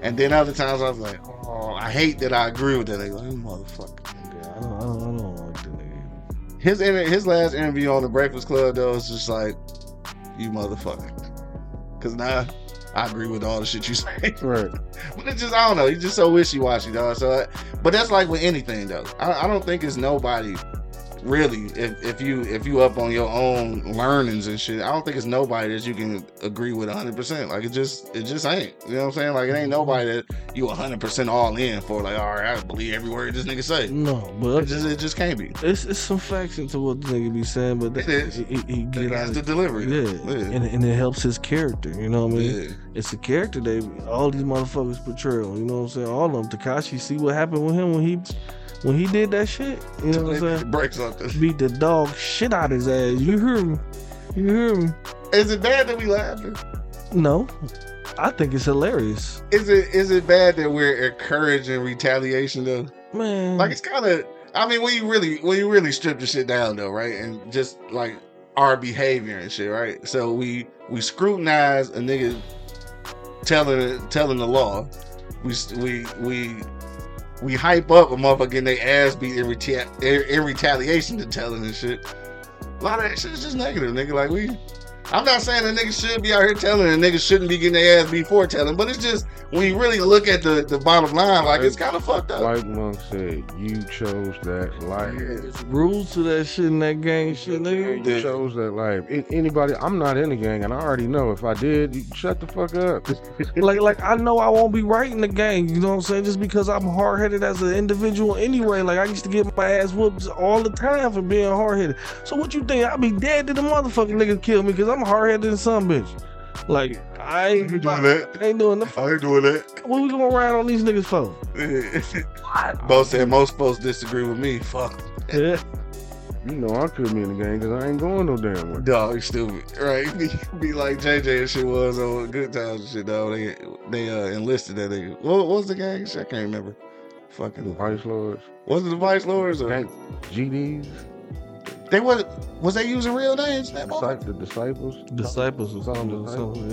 and then other times I was like, oh, I hate that I agree with that nigga. Like, motherfucker. I don't, I don't, I don't like the nigga. His inter- his last interview on the Breakfast Club though was just like, you motherfucker. Cause now I agree with all the shit you say. Right. But it's just I don't know. He's just so wishy washy, dog. So, uh, but that's like with anything, though. I, I don't think it's nobody really. If, if you if you up on your own learnings and shit, I don't think it's nobody that you can agree with 100. percent Like it just it just ain't. You know what I'm saying? Like it Mm-hmm. ain't nobody that you 100 percent all in for. Like all right, I believe every word this nigga say. No, It but just it just can't be. it's, it's some facts into what the nigga be saying, but It that, is. He, he- he It get out has of- the delivery. yeah, And, and it helps his character. You know what I mean? Yeah. It's a character they all these motherfuckers portray. on, You know what I'm saying? All of them. Takashi, see what happened with him when he when he did that shit. You know what I'm It saying? breaks something. Beat the dog shit out his ass. You hear me? You hear me? Is it bad that we laughing? No, I think it's hilarious, Is it is it bad that we're encouraging retaliation though? man. like it's kind of i mean when you really when you really strip the shit down though right and just like our behavior and shit right so we we scrutinize a nigga telling telling the law we we we we hype up a motherfucker getting their ass beat in, retia- in, in retaliation to telling and shit a lot of that shit is just negative nigga like we I'm not saying a nigga should be out here telling and niggas shouldn't be getting their ass before telling, but it's just when you really look at the, the bottom line, like it's kind of fucked up. Like Monk said, you chose that life. There's rules to that shit in that gang shit, nigga. You chose that life. An- Anybody, I'm not in the gang, and I already know if I did, you shut the fuck up. Like, like I know I won't be right in the gang. You know what I'm saying? Just because I'm hard headed as an individual, anyway. Like I used to get my ass whooped all the time for being hard headed. So what you think? I'll be dead to the motherfucking nigga kill me because I'm hard headed than some bitch. Like I You ain't, doing that? ain't doing the. F- I ain't doing what we gonna ride on these niggas for? that. Bo said most folks disagree with me. Fuck, Yeah. You know I couldn't be in the gang because I ain't going no damn way. dog, you stupid, right? Be, be like JJ and shit was on Good Times and shit, dog. They they uh, enlisted that nigga. What, what was the gang? Shit, I can't remember. Fucking Vice lords, was it the Vice Lords or gang, GDs, they was was they using real names? That motherfucker? disci- the disciples. Disciples or Call 'em something. Or something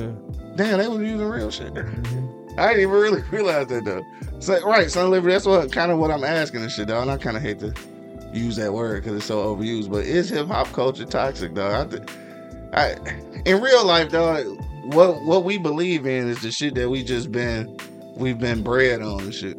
yeah. Damn, they was using real shit. I didn't even really realize that though. So right, son liver. That's what kind of what I'm asking and shit, dog. And I kind of hate to use that word because it's so overused. But is hip hop culture toxic, dog? I, th- I, in real life, dog, what what we believe in is the shit that we just been we've been bred on and shit.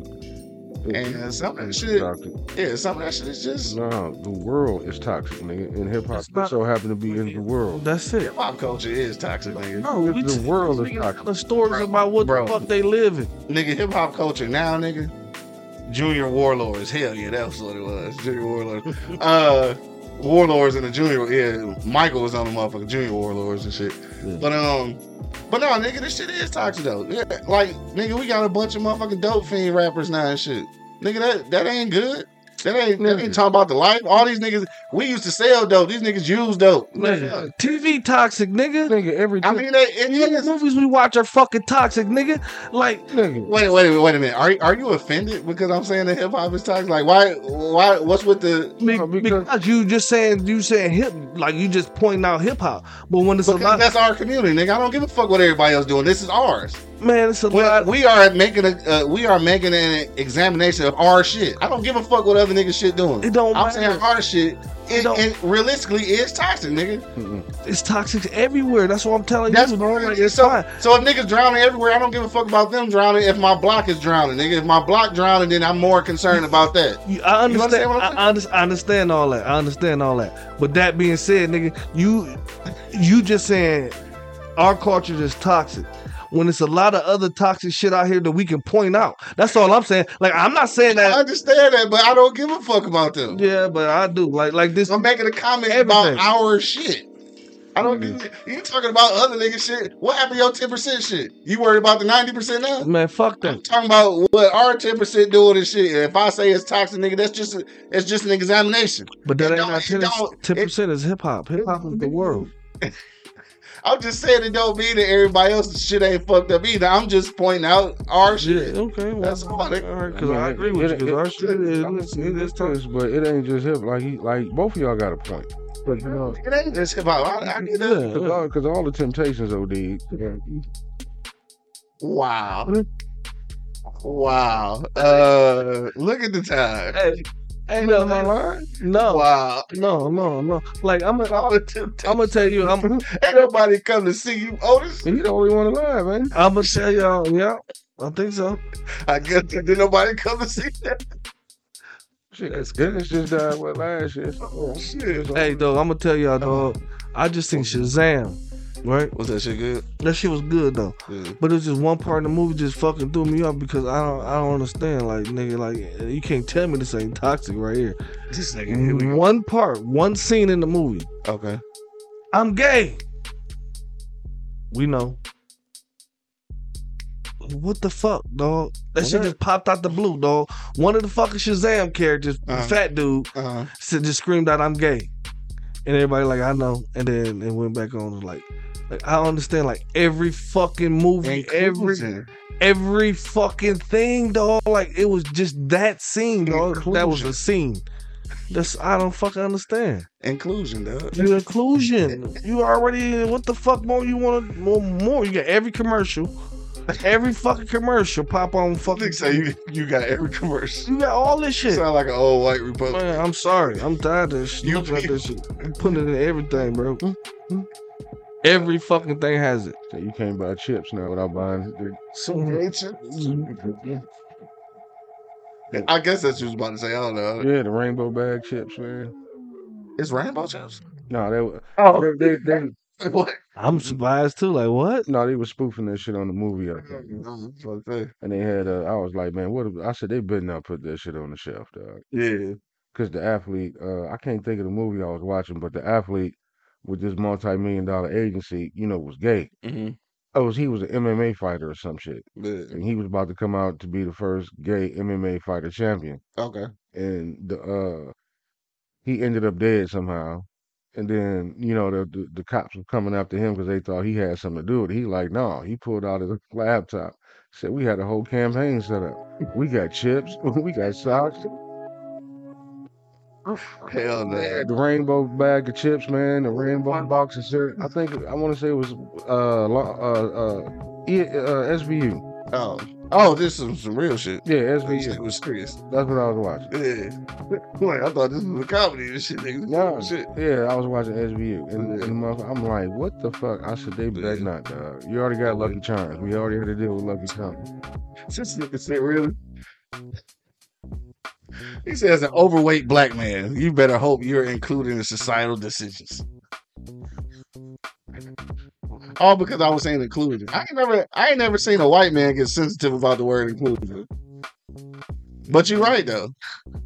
And some of that shit, Toxic. yeah, some of that shit is just No, the world is toxic, nigga. And hip hop It's not- so happen to be in the world. Oh, That's it. hip hop culture is toxic, nigga. No, we The world is niggas toxic. telling stories about what Bro. the fuck they live in. nigga, hip hop culture now, nigga. Junior warlords, hell yeah, that was what it was. Junior warlords, uh, warlords and the junior, yeah. Michael was on the motherfucking junior warlords and shit. Yeah. But um, but no, nigga, this shit is toxic though. Yeah, like nigga, we got a bunch of motherfucking dope fiend rappers now and shit. Nigga, that that ain't good. That ain't that ain't talking about the life. All these niggas, we used to sell dope. These niggas use dope. Nigga, TV toxic, nigga. Nigga, every I mean, they, it Nigga, is. movies we watch are fucking toxic, nigga. Like, nigga. Wait, wait, wait a minute. Are are you offended because I'm saying that hip hop is toxic? Like, why, why, what's with the? be- No, because- because, you just saying you saying hip, like you just pointing out hip hop. But when it's a Because lot, that's our community, nigga. I don't give a fuck what everybody else doing. This is ours. man, it's a We, lot. we are making a, uh, we are making an examination of our shit. I don't give a fuck what other niggas shit doing. It don't I'm matter. saying our shit. It, don't- it realistically is toxic, nigga. It's toxic everywhere. That's what I'm telling That's you. dog. Like, it's so. fine. So if niggas drowning everywhere, I don't give a fuck about them drowning. If my block is drowning, nigga, if my block drowning, then I'm more concerned about that. You, I You understand. understand what I'm I, under, I understand all that. I understand all that. But that being said, nigga, you you just saying our culture is toxic when it's a lot of other toxic shit out here that we can point out. That's all I'm saying. Like I'm not saying I that. understand that, but I don't give a fuck about them. Yeah, but I do. Like like this. I'm making a comment about Everything. Mm-hmm. our shit. I don't give you talking about other nigga shit. What happened to your ten percent shit? You worried about the ninety percent now? Man, fuck I'm that. talking about what our ten percent doing and shit. And if I say it's toxic, nigga, that's just it's just an examination. But that It ain't don't- not it Mm-hmm. ten. don't- Ten percent is hip hop. Hip hop is the world. I'm just saying it don't mean that everybody else's shit ain't fucked up either. I'm just pointing out our Yeah. shit. Okay. Well, That's all, all right. nigga. Because mean, I it- agree with it- you. it- Because our shit it- is. I'm listening Listen, to it's this, toxic. but it ain't just hip. Like, he, like both of y'all got a point. But you know, It ain't just hip hop. I, I did that. Yeah, because all, 'cause all the temptations, OD. Wow. Mm-hmm. Wow. Uh, look at the time. Hey, hey, Am no, I no, lying? no, Wow. no, no, no. Like I'm, gonna, All the temptation. I'm gonna tell you, I'm, Ain't nobody come to see you, Otis. You the only one alive, man. I'm gonna tell y'all. Yeah, I think so. I guess did nobody come to see that? Shit, 'cause Dennis just died what last year. Oh shit. Hey, dog, I'm gonna tell y'all, dog. I just think Shazam, right? Was that shit good? That shit was good though, Yeah. but it was just one part of the movie just fucking threw me off because I don't, I don't understand. Like, nigga, like you can't tell me this ain't toxic right here. This nigga. Here we go. One part, one scene in the movie. Okay. I'm gay. We know. What the fuck, dog? That shit Okay. just popped out the blue, dog. One of the fucking Shazam characters, Uh-huh. fat dude, Uh, said just screamed out, "I'm gay," and everybody like, "I know," and then it went back on and was like. Like I understand, like every fucking movie, every inclusion. every fucking thing, dog. Like it was just that scene, dog. That was Inclusion. the scene. That's I don't fucking understand. inclusion, dog. Your inclusion. You already what the fuck more you want more more? You got every commercial, every fucking commercial pop on fucking. Nigga say you, you got every commercial. You got all this shit. Sound like an old white Republican. Man, I'm sorry. I'm tired of this. You- looking at this shit. Putting it in everything, bro. Hmm? Every fucking thing has it. So you can't buy chips now without buying. the- Some nature. I guess that's what you was about to say. I don't know. Yeah, the rainbow bag chips, man. It's rainbow chips. No, they were. Oh. they, they, they, What? I'm surprised too. Like what? no, they were spoofing that shit on the movie. I think. And they had, uh, I was like, man, what? if- I said, they better not put that shit on the shelf, dog. Yeah. Because the athlete, uh, I can't think of the movie I was watching, but the athlete with this multi million dollar agency, you know, was gay. Mm-hmm. Oh, it was, he was an MMA fighter or some shit. And he was about to come out to be the first gay MMA fighter champion. Okay. And the, uh, he ended up dead somehow. And then, you know, the, the, the cops were coming after him because they thought he had something to do with it. He like, no, he pulled out his laptop. Said, we had a whole campaign set up. We got chips. We got socks. Hell They no. had the rainbow bag of chips, man. The rainbow box of syrup. I think I want to say it was uh, lo- uh, uh, E- uh SVU. Oh. Oh, this is some real shit. Yeah, This nigga SVU. was serious. That's what I was watching. Yeah. like, I thought this was a comedy. This shit, nigga. No, Nah. Shit. yeah, I was watching SVU, and, Yeah. and motherf- I'm like, what the fuck? I said they better Yeah. not, dog. You already got Lucky Charms. We already had to deal with Lucky Charms. This nigga said, really? He says, an overweight black man, you better hope you're included in societal decisions. All because I was saying inclusion. I ain't never, I ain't never seen a white man get sensitive about the word inclusion. But you're right though.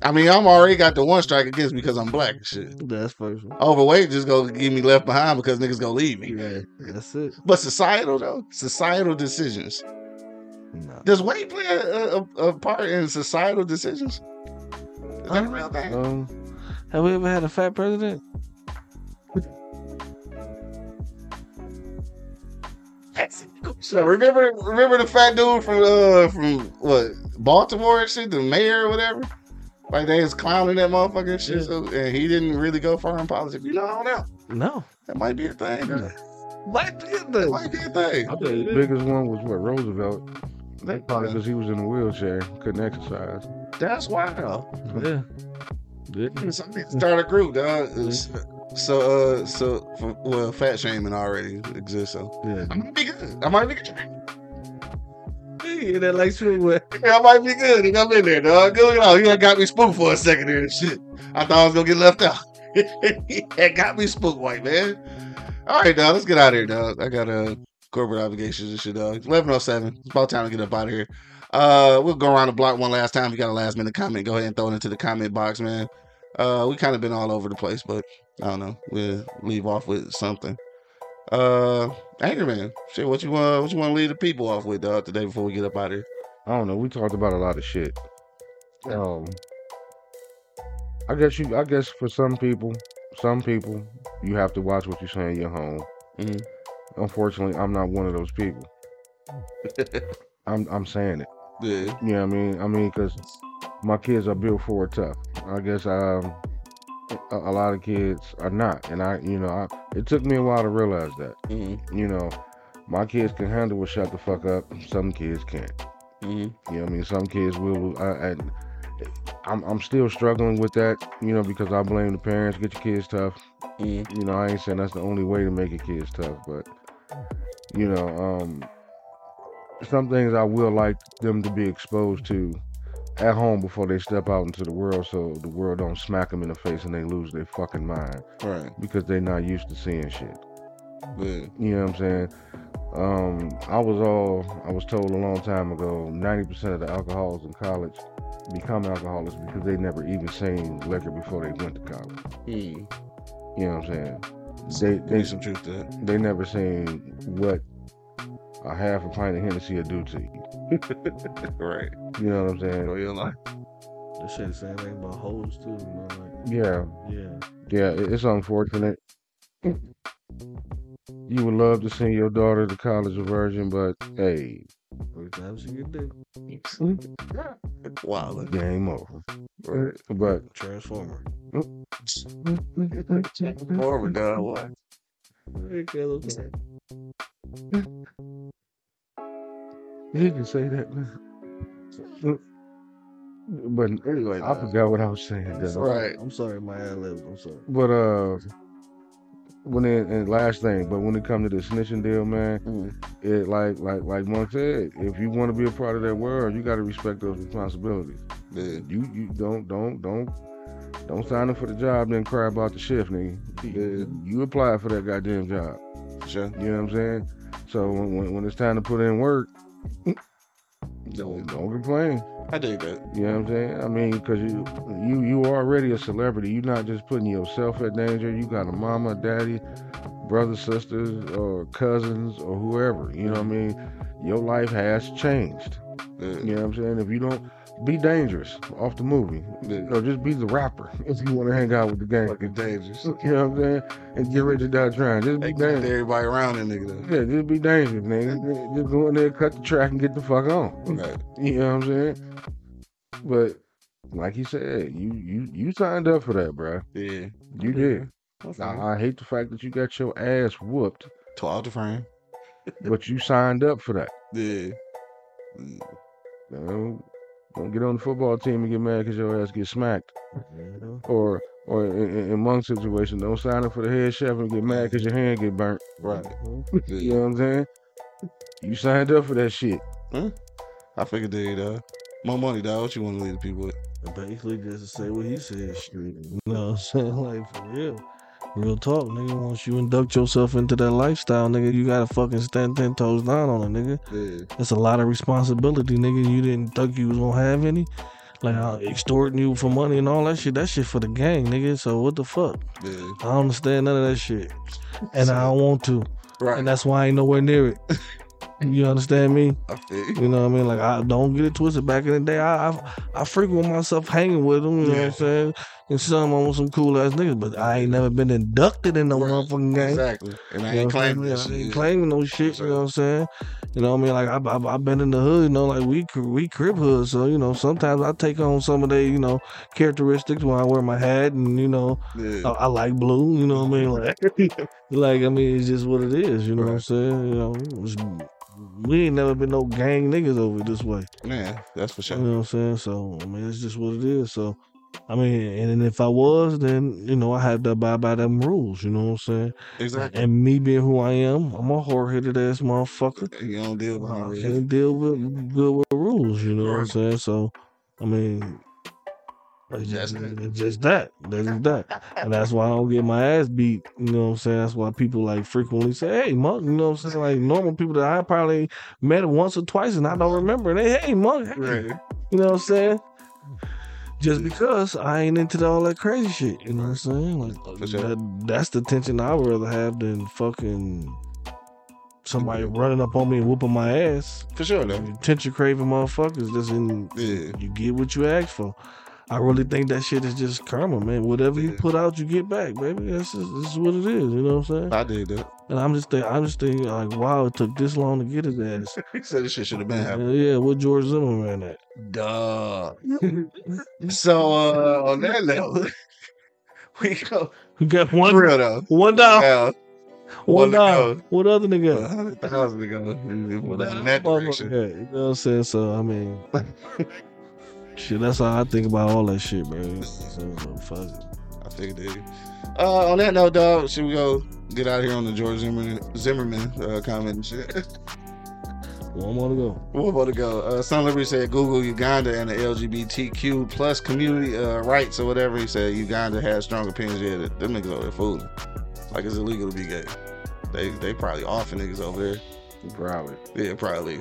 I mean, I'm already got the one strike against me because I'm black and shit. That's first one. Overweight just gonna get me left behind because niggas gonna leave me. Yeah, that's it. But societal though, societal decisions. No. Does weight play a, a, a part in societal decisions? Is that a real thing? Um, Have we ever had a fat president? So remember, remember the fat dude from uh from what Baltimore and shit, the mayor or whatever. Like they was clowning that motherfucker and shit, so, and he didn't really go far in politics. You know, I don't know. No. That might be a thing. though. Black That Panther. might be a thing. biggest one was what Roosevelt. They probably because he was in a wheelchair, couldn't exercise. That's wild. Yeah. Some need to start a group, dog. It's- So, uh, so for, well, fat shaming already exists. So Yeah. I might be good. I might be good. Yeah, that like swimwear. Yeah, I might be good. Nigga, I'm in there, dog. Good, you know, you done got me spooked for a second there and shit. I thought I was gonna get left out. it got me spooked, white man. All right, dog. Let's get out of here, dog. I got uh corporate obligations and shit, dog. Eleven oh seven. It's about time to get up out of here. Uh, we'll go around the block one last time. If you got a last minute comment, go ahead and throw it into the comment box, man. Uh, we kind of been all over the place, but I don't know. We'll leave off with something. Uh, Anger Man, shit. What you want? What you want to leave the people off with, dog? Today before we get up out of here. I don't know. We talked about a lot of shit. Um, I guess you. I guess for some people, some people, you have to watch what you say in your home. Mhm. Mm-hmm. Unfortunately, I'm not one of those people. I'm I'm saying it. Yeah. Yeah, I mean, I mean, cause my kids are built for it tough. I guess um, a, a lot of kids are not, and I, you know, I, it took me a while to realize that. Mm-hmm. You know, my kids can handle a shut the fuck up. Some kids can't. Mm-hmm. You know, what I mean, some kids will. I, I, I'm, I'm still struggling with that. You know, because I blame the parents. Get your kids tough. Mm. You know, I ain't saying that's the only way to make your kids tough, but you know, um, some things I will like them to be exposed to at home before they step out into the world, so the world don't smack them in the face and they lose their fucking mind Right. because they're not used to seeing shit. Good. You know what I'm saying? Um, I was all I was told a long time ago. Ninety percent of the alcoholics in college become alcoholics because they never even seen liquor before they went to college. Mm. You know what I'm saying? They they There's some truth to that. they never seen what a half a pint of Hennessy will do to you. Right. Oh, You know what I'm saying? Real life. This shit the same thing about hoes too. You know, like, Yeah, yeah. yeah, it- it's unfortunate. You would love to send your daughter to college a virgin, but hey, Every time she get dick, Wild. game over. But transformer. Horrible, dog. What? you can say that now. But Anyway, I dog. forgot what I was saying. though. Right. Uh, I'm sorry, my ad libs. I'm sorry. But uh, when it, and last thing, but when it come to the snitching deal, man, Mm. it like like like Monk said, if you want to be a part of that world, you got to respect those responsibilities. Good. You you don't don't don't don't sign up for the job, then cry about the shift, nigga. Yeah. You applied for that goddamn job. Sure. You know what I'm saying? So when, when, when it's time to put in work, No. don't complain. I dig that. You know what I'm saying? I mean, because you you you already a celebrity. You're not just putting yourself at danger. You got a mama, daddy, brothers, sisters, or cousins, or whoever. You know what I mean? Your life has changed. Good. You know what I'm saying? If you don't be dangerous off the movie, you know, just be the rapper if you want to hang out with the gang. Fucking dangerous. You know what I'm saying? And get ready to die trying. Just They be got dangerous. everybody around that nigga Yeah, just be dangerous, nigga. Just go in there, cut the track, and get the fuck on. though. Right. You know what I'm saying? But like you said, you you you signed up for that, bruh. Yeah. Uh-huh. You did. Okay. Now, I hate the fact that you got your ass whooped, Twelve the frame. but you signed up for that. Yeah. You know, Don't get on the football team and get mad because your ass gets smacked, or or in, in- in Monk's situation, don't sign up for the head chef and get mad because your hand get burnt. Right. You Yeah. know what I'm saying? You signed up for that shit. I figured they uh more money, dog. What you want to leave the people with? Basically, just to say what he said. You know what I'm saying? Like, for real. Real talk, nigga. Once you induct yourself into that lifestyle, nigga, you gotta fucking stand 10 toes down on it, nigga. Yeah. That's a lot of responsibility, nigga. You didn't think you was gonna have any. Like, I extorting you for money and all that shit. That shit for the gang, nigga. So, what the fuck? Yeah. I don't understand none of that shit. And I don't want to. Right. And that's why I ain't nowhere near it. You understand me? I feel you. You know what I mean? Like I don't get it twisted. Back in the day, I I, I frequent myself hanging with them. You know what Yeah. I'm saying? And some of them some cool ass niggas, but I ain't never been inducted in no Right. motherfucking gang. Exactly. And I You know ain't what I'm claiming saying? this. I ain't shit. claiming no shit. You know what I'm saying? You know what I mean? Like I've I, I been in the hood. You know, like we cr- we crib hood. So you know, sometimes I take on some of their you know characteristics when I wear my hat and you know I, Yeah. I like blue. You know what I mean? Like like I mean, it's just what it is. You know what I'm Right. saying? You know, it's, we ain't never been no gang niggas over this way. Man, that's for You sure. know what I'm saying? So I mean, it's just what it is. So I mean, and, if I was, then you know I had to abide by them rules. You know what I'm saying? Exactly. And me being who I am, I'm a hard headed ass motherfucker. You don't deal with I hungry. can't deal with good with rules. You know what I'm Right. saying? So I mean. It's That's just, it. it's just that. That's just that. And that's why I don't get my ass beat. You know what I'm saying? That's why people like frequently say, hey, Monk, you know what I'm saying? Like normal people that I probably met once or twice and I don't remember. And they, hey, Monk, hey, Right. you know what I'm saying? Just because I ain't into the- all that crazy shit. You know what I'm saying? For Like sure. that, that's the tension I would rather have than fucking somebody running up on me and whooping my ass. For sure, though. Tension craving motherfuckers that's in Yeah. you get what you ask for. I really think that shit is just karma, man. Whatever you Yeah. put out, you get back, baby. That's just, this is what it is. You know what I'm saying? I did that. And I'm just think, I'm just thinking like, wow, it took this long to get his ass. He said this shit should have been happening. Yeah, yeah, what George Zimmerman at? Duh. so uh, on that level, we go We got for one, real though. one down, Yeah, one one to down. go. What other a nigga? hundred thousand to go in that Motherfucker, direction. yeah, You know what I'm saying? So I mean, shit. That's how I think about all that shit, man. So, fuck it. I think they. Uh, on that note, dog, should we go get out of here on the George Zimmerman, Zimmerman uh, comment and shit? One more to go. One more to go. Uh, Son Liberty said Google Uganda and the LGBTQ plus community uh, rights or whatever. He said Uganda has strong opinions. Yeah, that- them niggas over there fooling. Like it's illegal to be gay. They they probably offing niggas over there. Probably. Yeah, probably.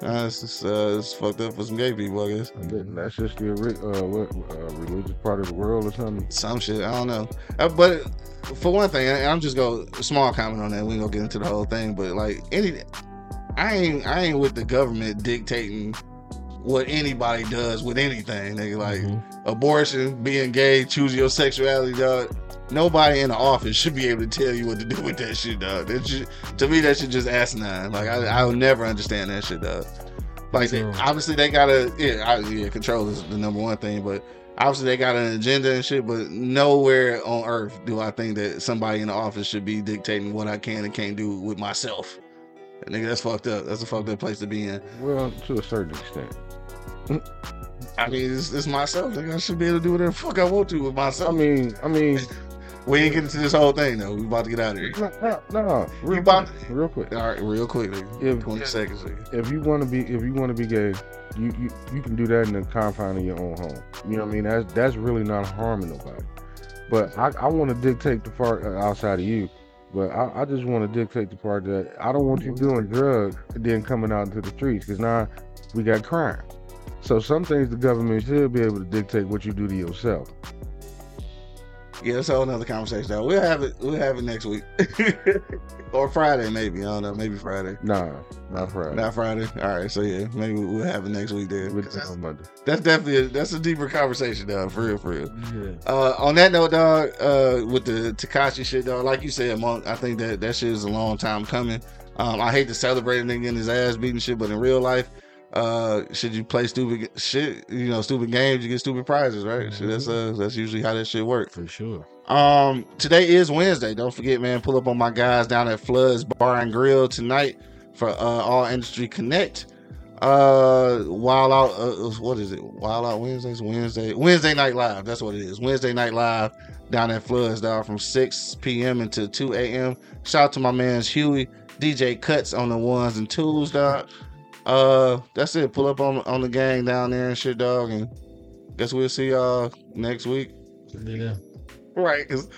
Nah, it's, just, uh, it's fucked up for some gay people, I guess. I think That's just the ori- uh, what, uh, religious part of the world or something. Some shit, I don't know. Uh, but for one thing, and I'm just gonna small comment on that. We ain't gonna get into the whole thing, but like any, I ain't I ain't with the government dictating what anybody does with anything. Nigga, like Mhm. abortion, being gay, choose your sexuality, dog. Nobody in the office should be able to tell you what to do with that shit, dog. That shit, to me, that shit just asinine. Like I, I'll never understand that shit, dog. Like they, Control. obviously they gotta, yeah, I, yeah, control is the number one thing, but obviously they got an agenda and shit. But nowhere on earth do I think that somebody in the office should be dictating what I can and can't do with myself. Nigga, that's fucked up. That's a fucked up place to be in. Well, to a certain extent. I mean, it's, it's myself. Nigga, I should be able to do whatever the fuck I want to with I myself. mean, I mean, We ain't getting to this whole thing though. We about to get out of here. no, no, no real, You about- quick, real quick. All right, real quick, nigga. If- Twenty seconds. Nigga. If you want to be, if you want to be gay, you, you you can do that in the confine of your own home. You know what I mean? That's that's really not harming nobody. But I, I want to dictate the part uh, outside of you. But I, I just want to dictate the part that I don't want you doing drugs and then coming out into the streets because now we got crime. So some things the government should be able to dictate what you do to yourself. Yeah, that's a whole nother conversation. Though. We'll have it. We'll have it next week, or Friday maybe. I don't know. Maybe Friday. Nah, not Friday. Not Friday. All right. So yeah, maybe we'll have it next week then. We'll do it That's, on Monday. that's definitely a, that's a deeper conversation, dog. For real, for real. Yeah. Uh, on that note, dog, uh, with the Takashi shit, dog, like you said, Monk, I think that that shit is a long time coming. Um, I hate to celebrate a nigga in his ass beating shit, but in real life, uh, should you play stupid g- shit, you know, stupid games, you get stupid prizes, right? So that's uh, that's usually how that shit works. For sure. Um, today is Wednesday. Don't forget, man, pull up on my guys down at Floods Bar and Grill tonight for uh, All Industry Connect. Uh, Wild Out, uh, what is it? Wild Out Wednesdays, Wednesday, Wednesday Night Live. That's what it is. Wednesday Night Live down at Floods, dog, from 6 p.m. until 2 a.m. Shout out to my man's Huey, DJ Cuts on the ones and twos, dog. Uh, that's it. Pull up on on the gang down there and shit, dog. And guess we'll see y'all next week Yeah. right? Cause,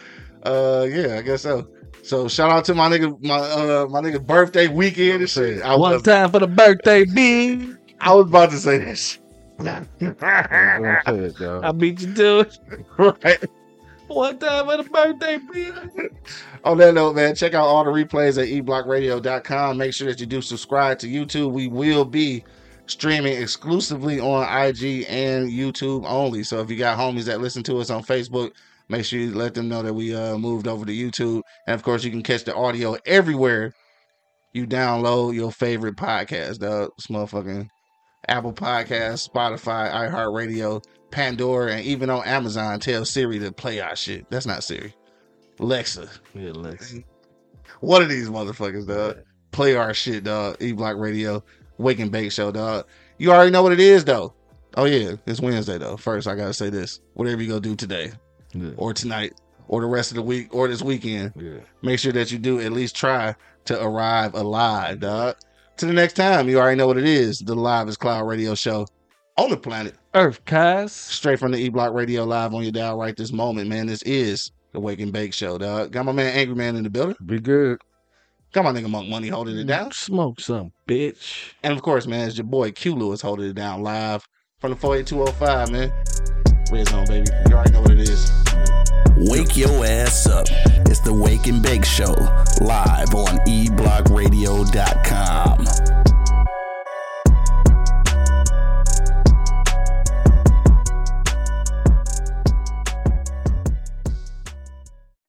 uh, yeah, I guess so. So shout out to my nigga, my uh, my nigga birthday weekend and shit. I One was, time for the birthday, B. I was about to say that shit, That's what I'm saying, dog. I beat you to it. right? One time for the birthday, B. On that note, man, check out all the replays at e eblockradio.com. Make sure that you do subscribe to YouTube. We will be streaming exclusively on IG and YouTube only. So if you got homies that listen to us on Facebook, make sure you let them know that we uh, moved over to YouTube. And of course, you can catch the audio everywhere you download your favorite podcast, dog. This motherfucking Apple Podcasts, Spotify, iHeartRadio, Pandora, and even on Amazon. Tell Siri to play our shit. That's not Siri. Lexa Yeah, Lex. one of these motherfuckers, dog. Play our shit, dog. E Block Radio, Wake and Bake Show, dog. You already know what it is, though. Oh yeah, it's Wednesday though. First, I gotta say this: whatever you go do today, Yeah. or tonight, or the rest of the week, or this weekend, Yeah. make sure that you do at least try to arrive alive, dog. To the next time, you already know what it is: the Live is Cloud Radio Show on the planet, Earth, Kaz. straight from the E Block Radio live on your dial right this moment, man. This is the Wake and Bake Show, dog. Got my man Angry Man in the building. Be good. Got my nigga Monk Money holding Mm-hmm. it down. Smoke some, bitch. And of course, man, it's your boy Q Lewis holding it down live from the 48205, man. Red Zone, baby. You already know what it is. Wake your ass up. It's the Wake and Bake Show, live on E eblockradio.com.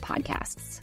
podcasts.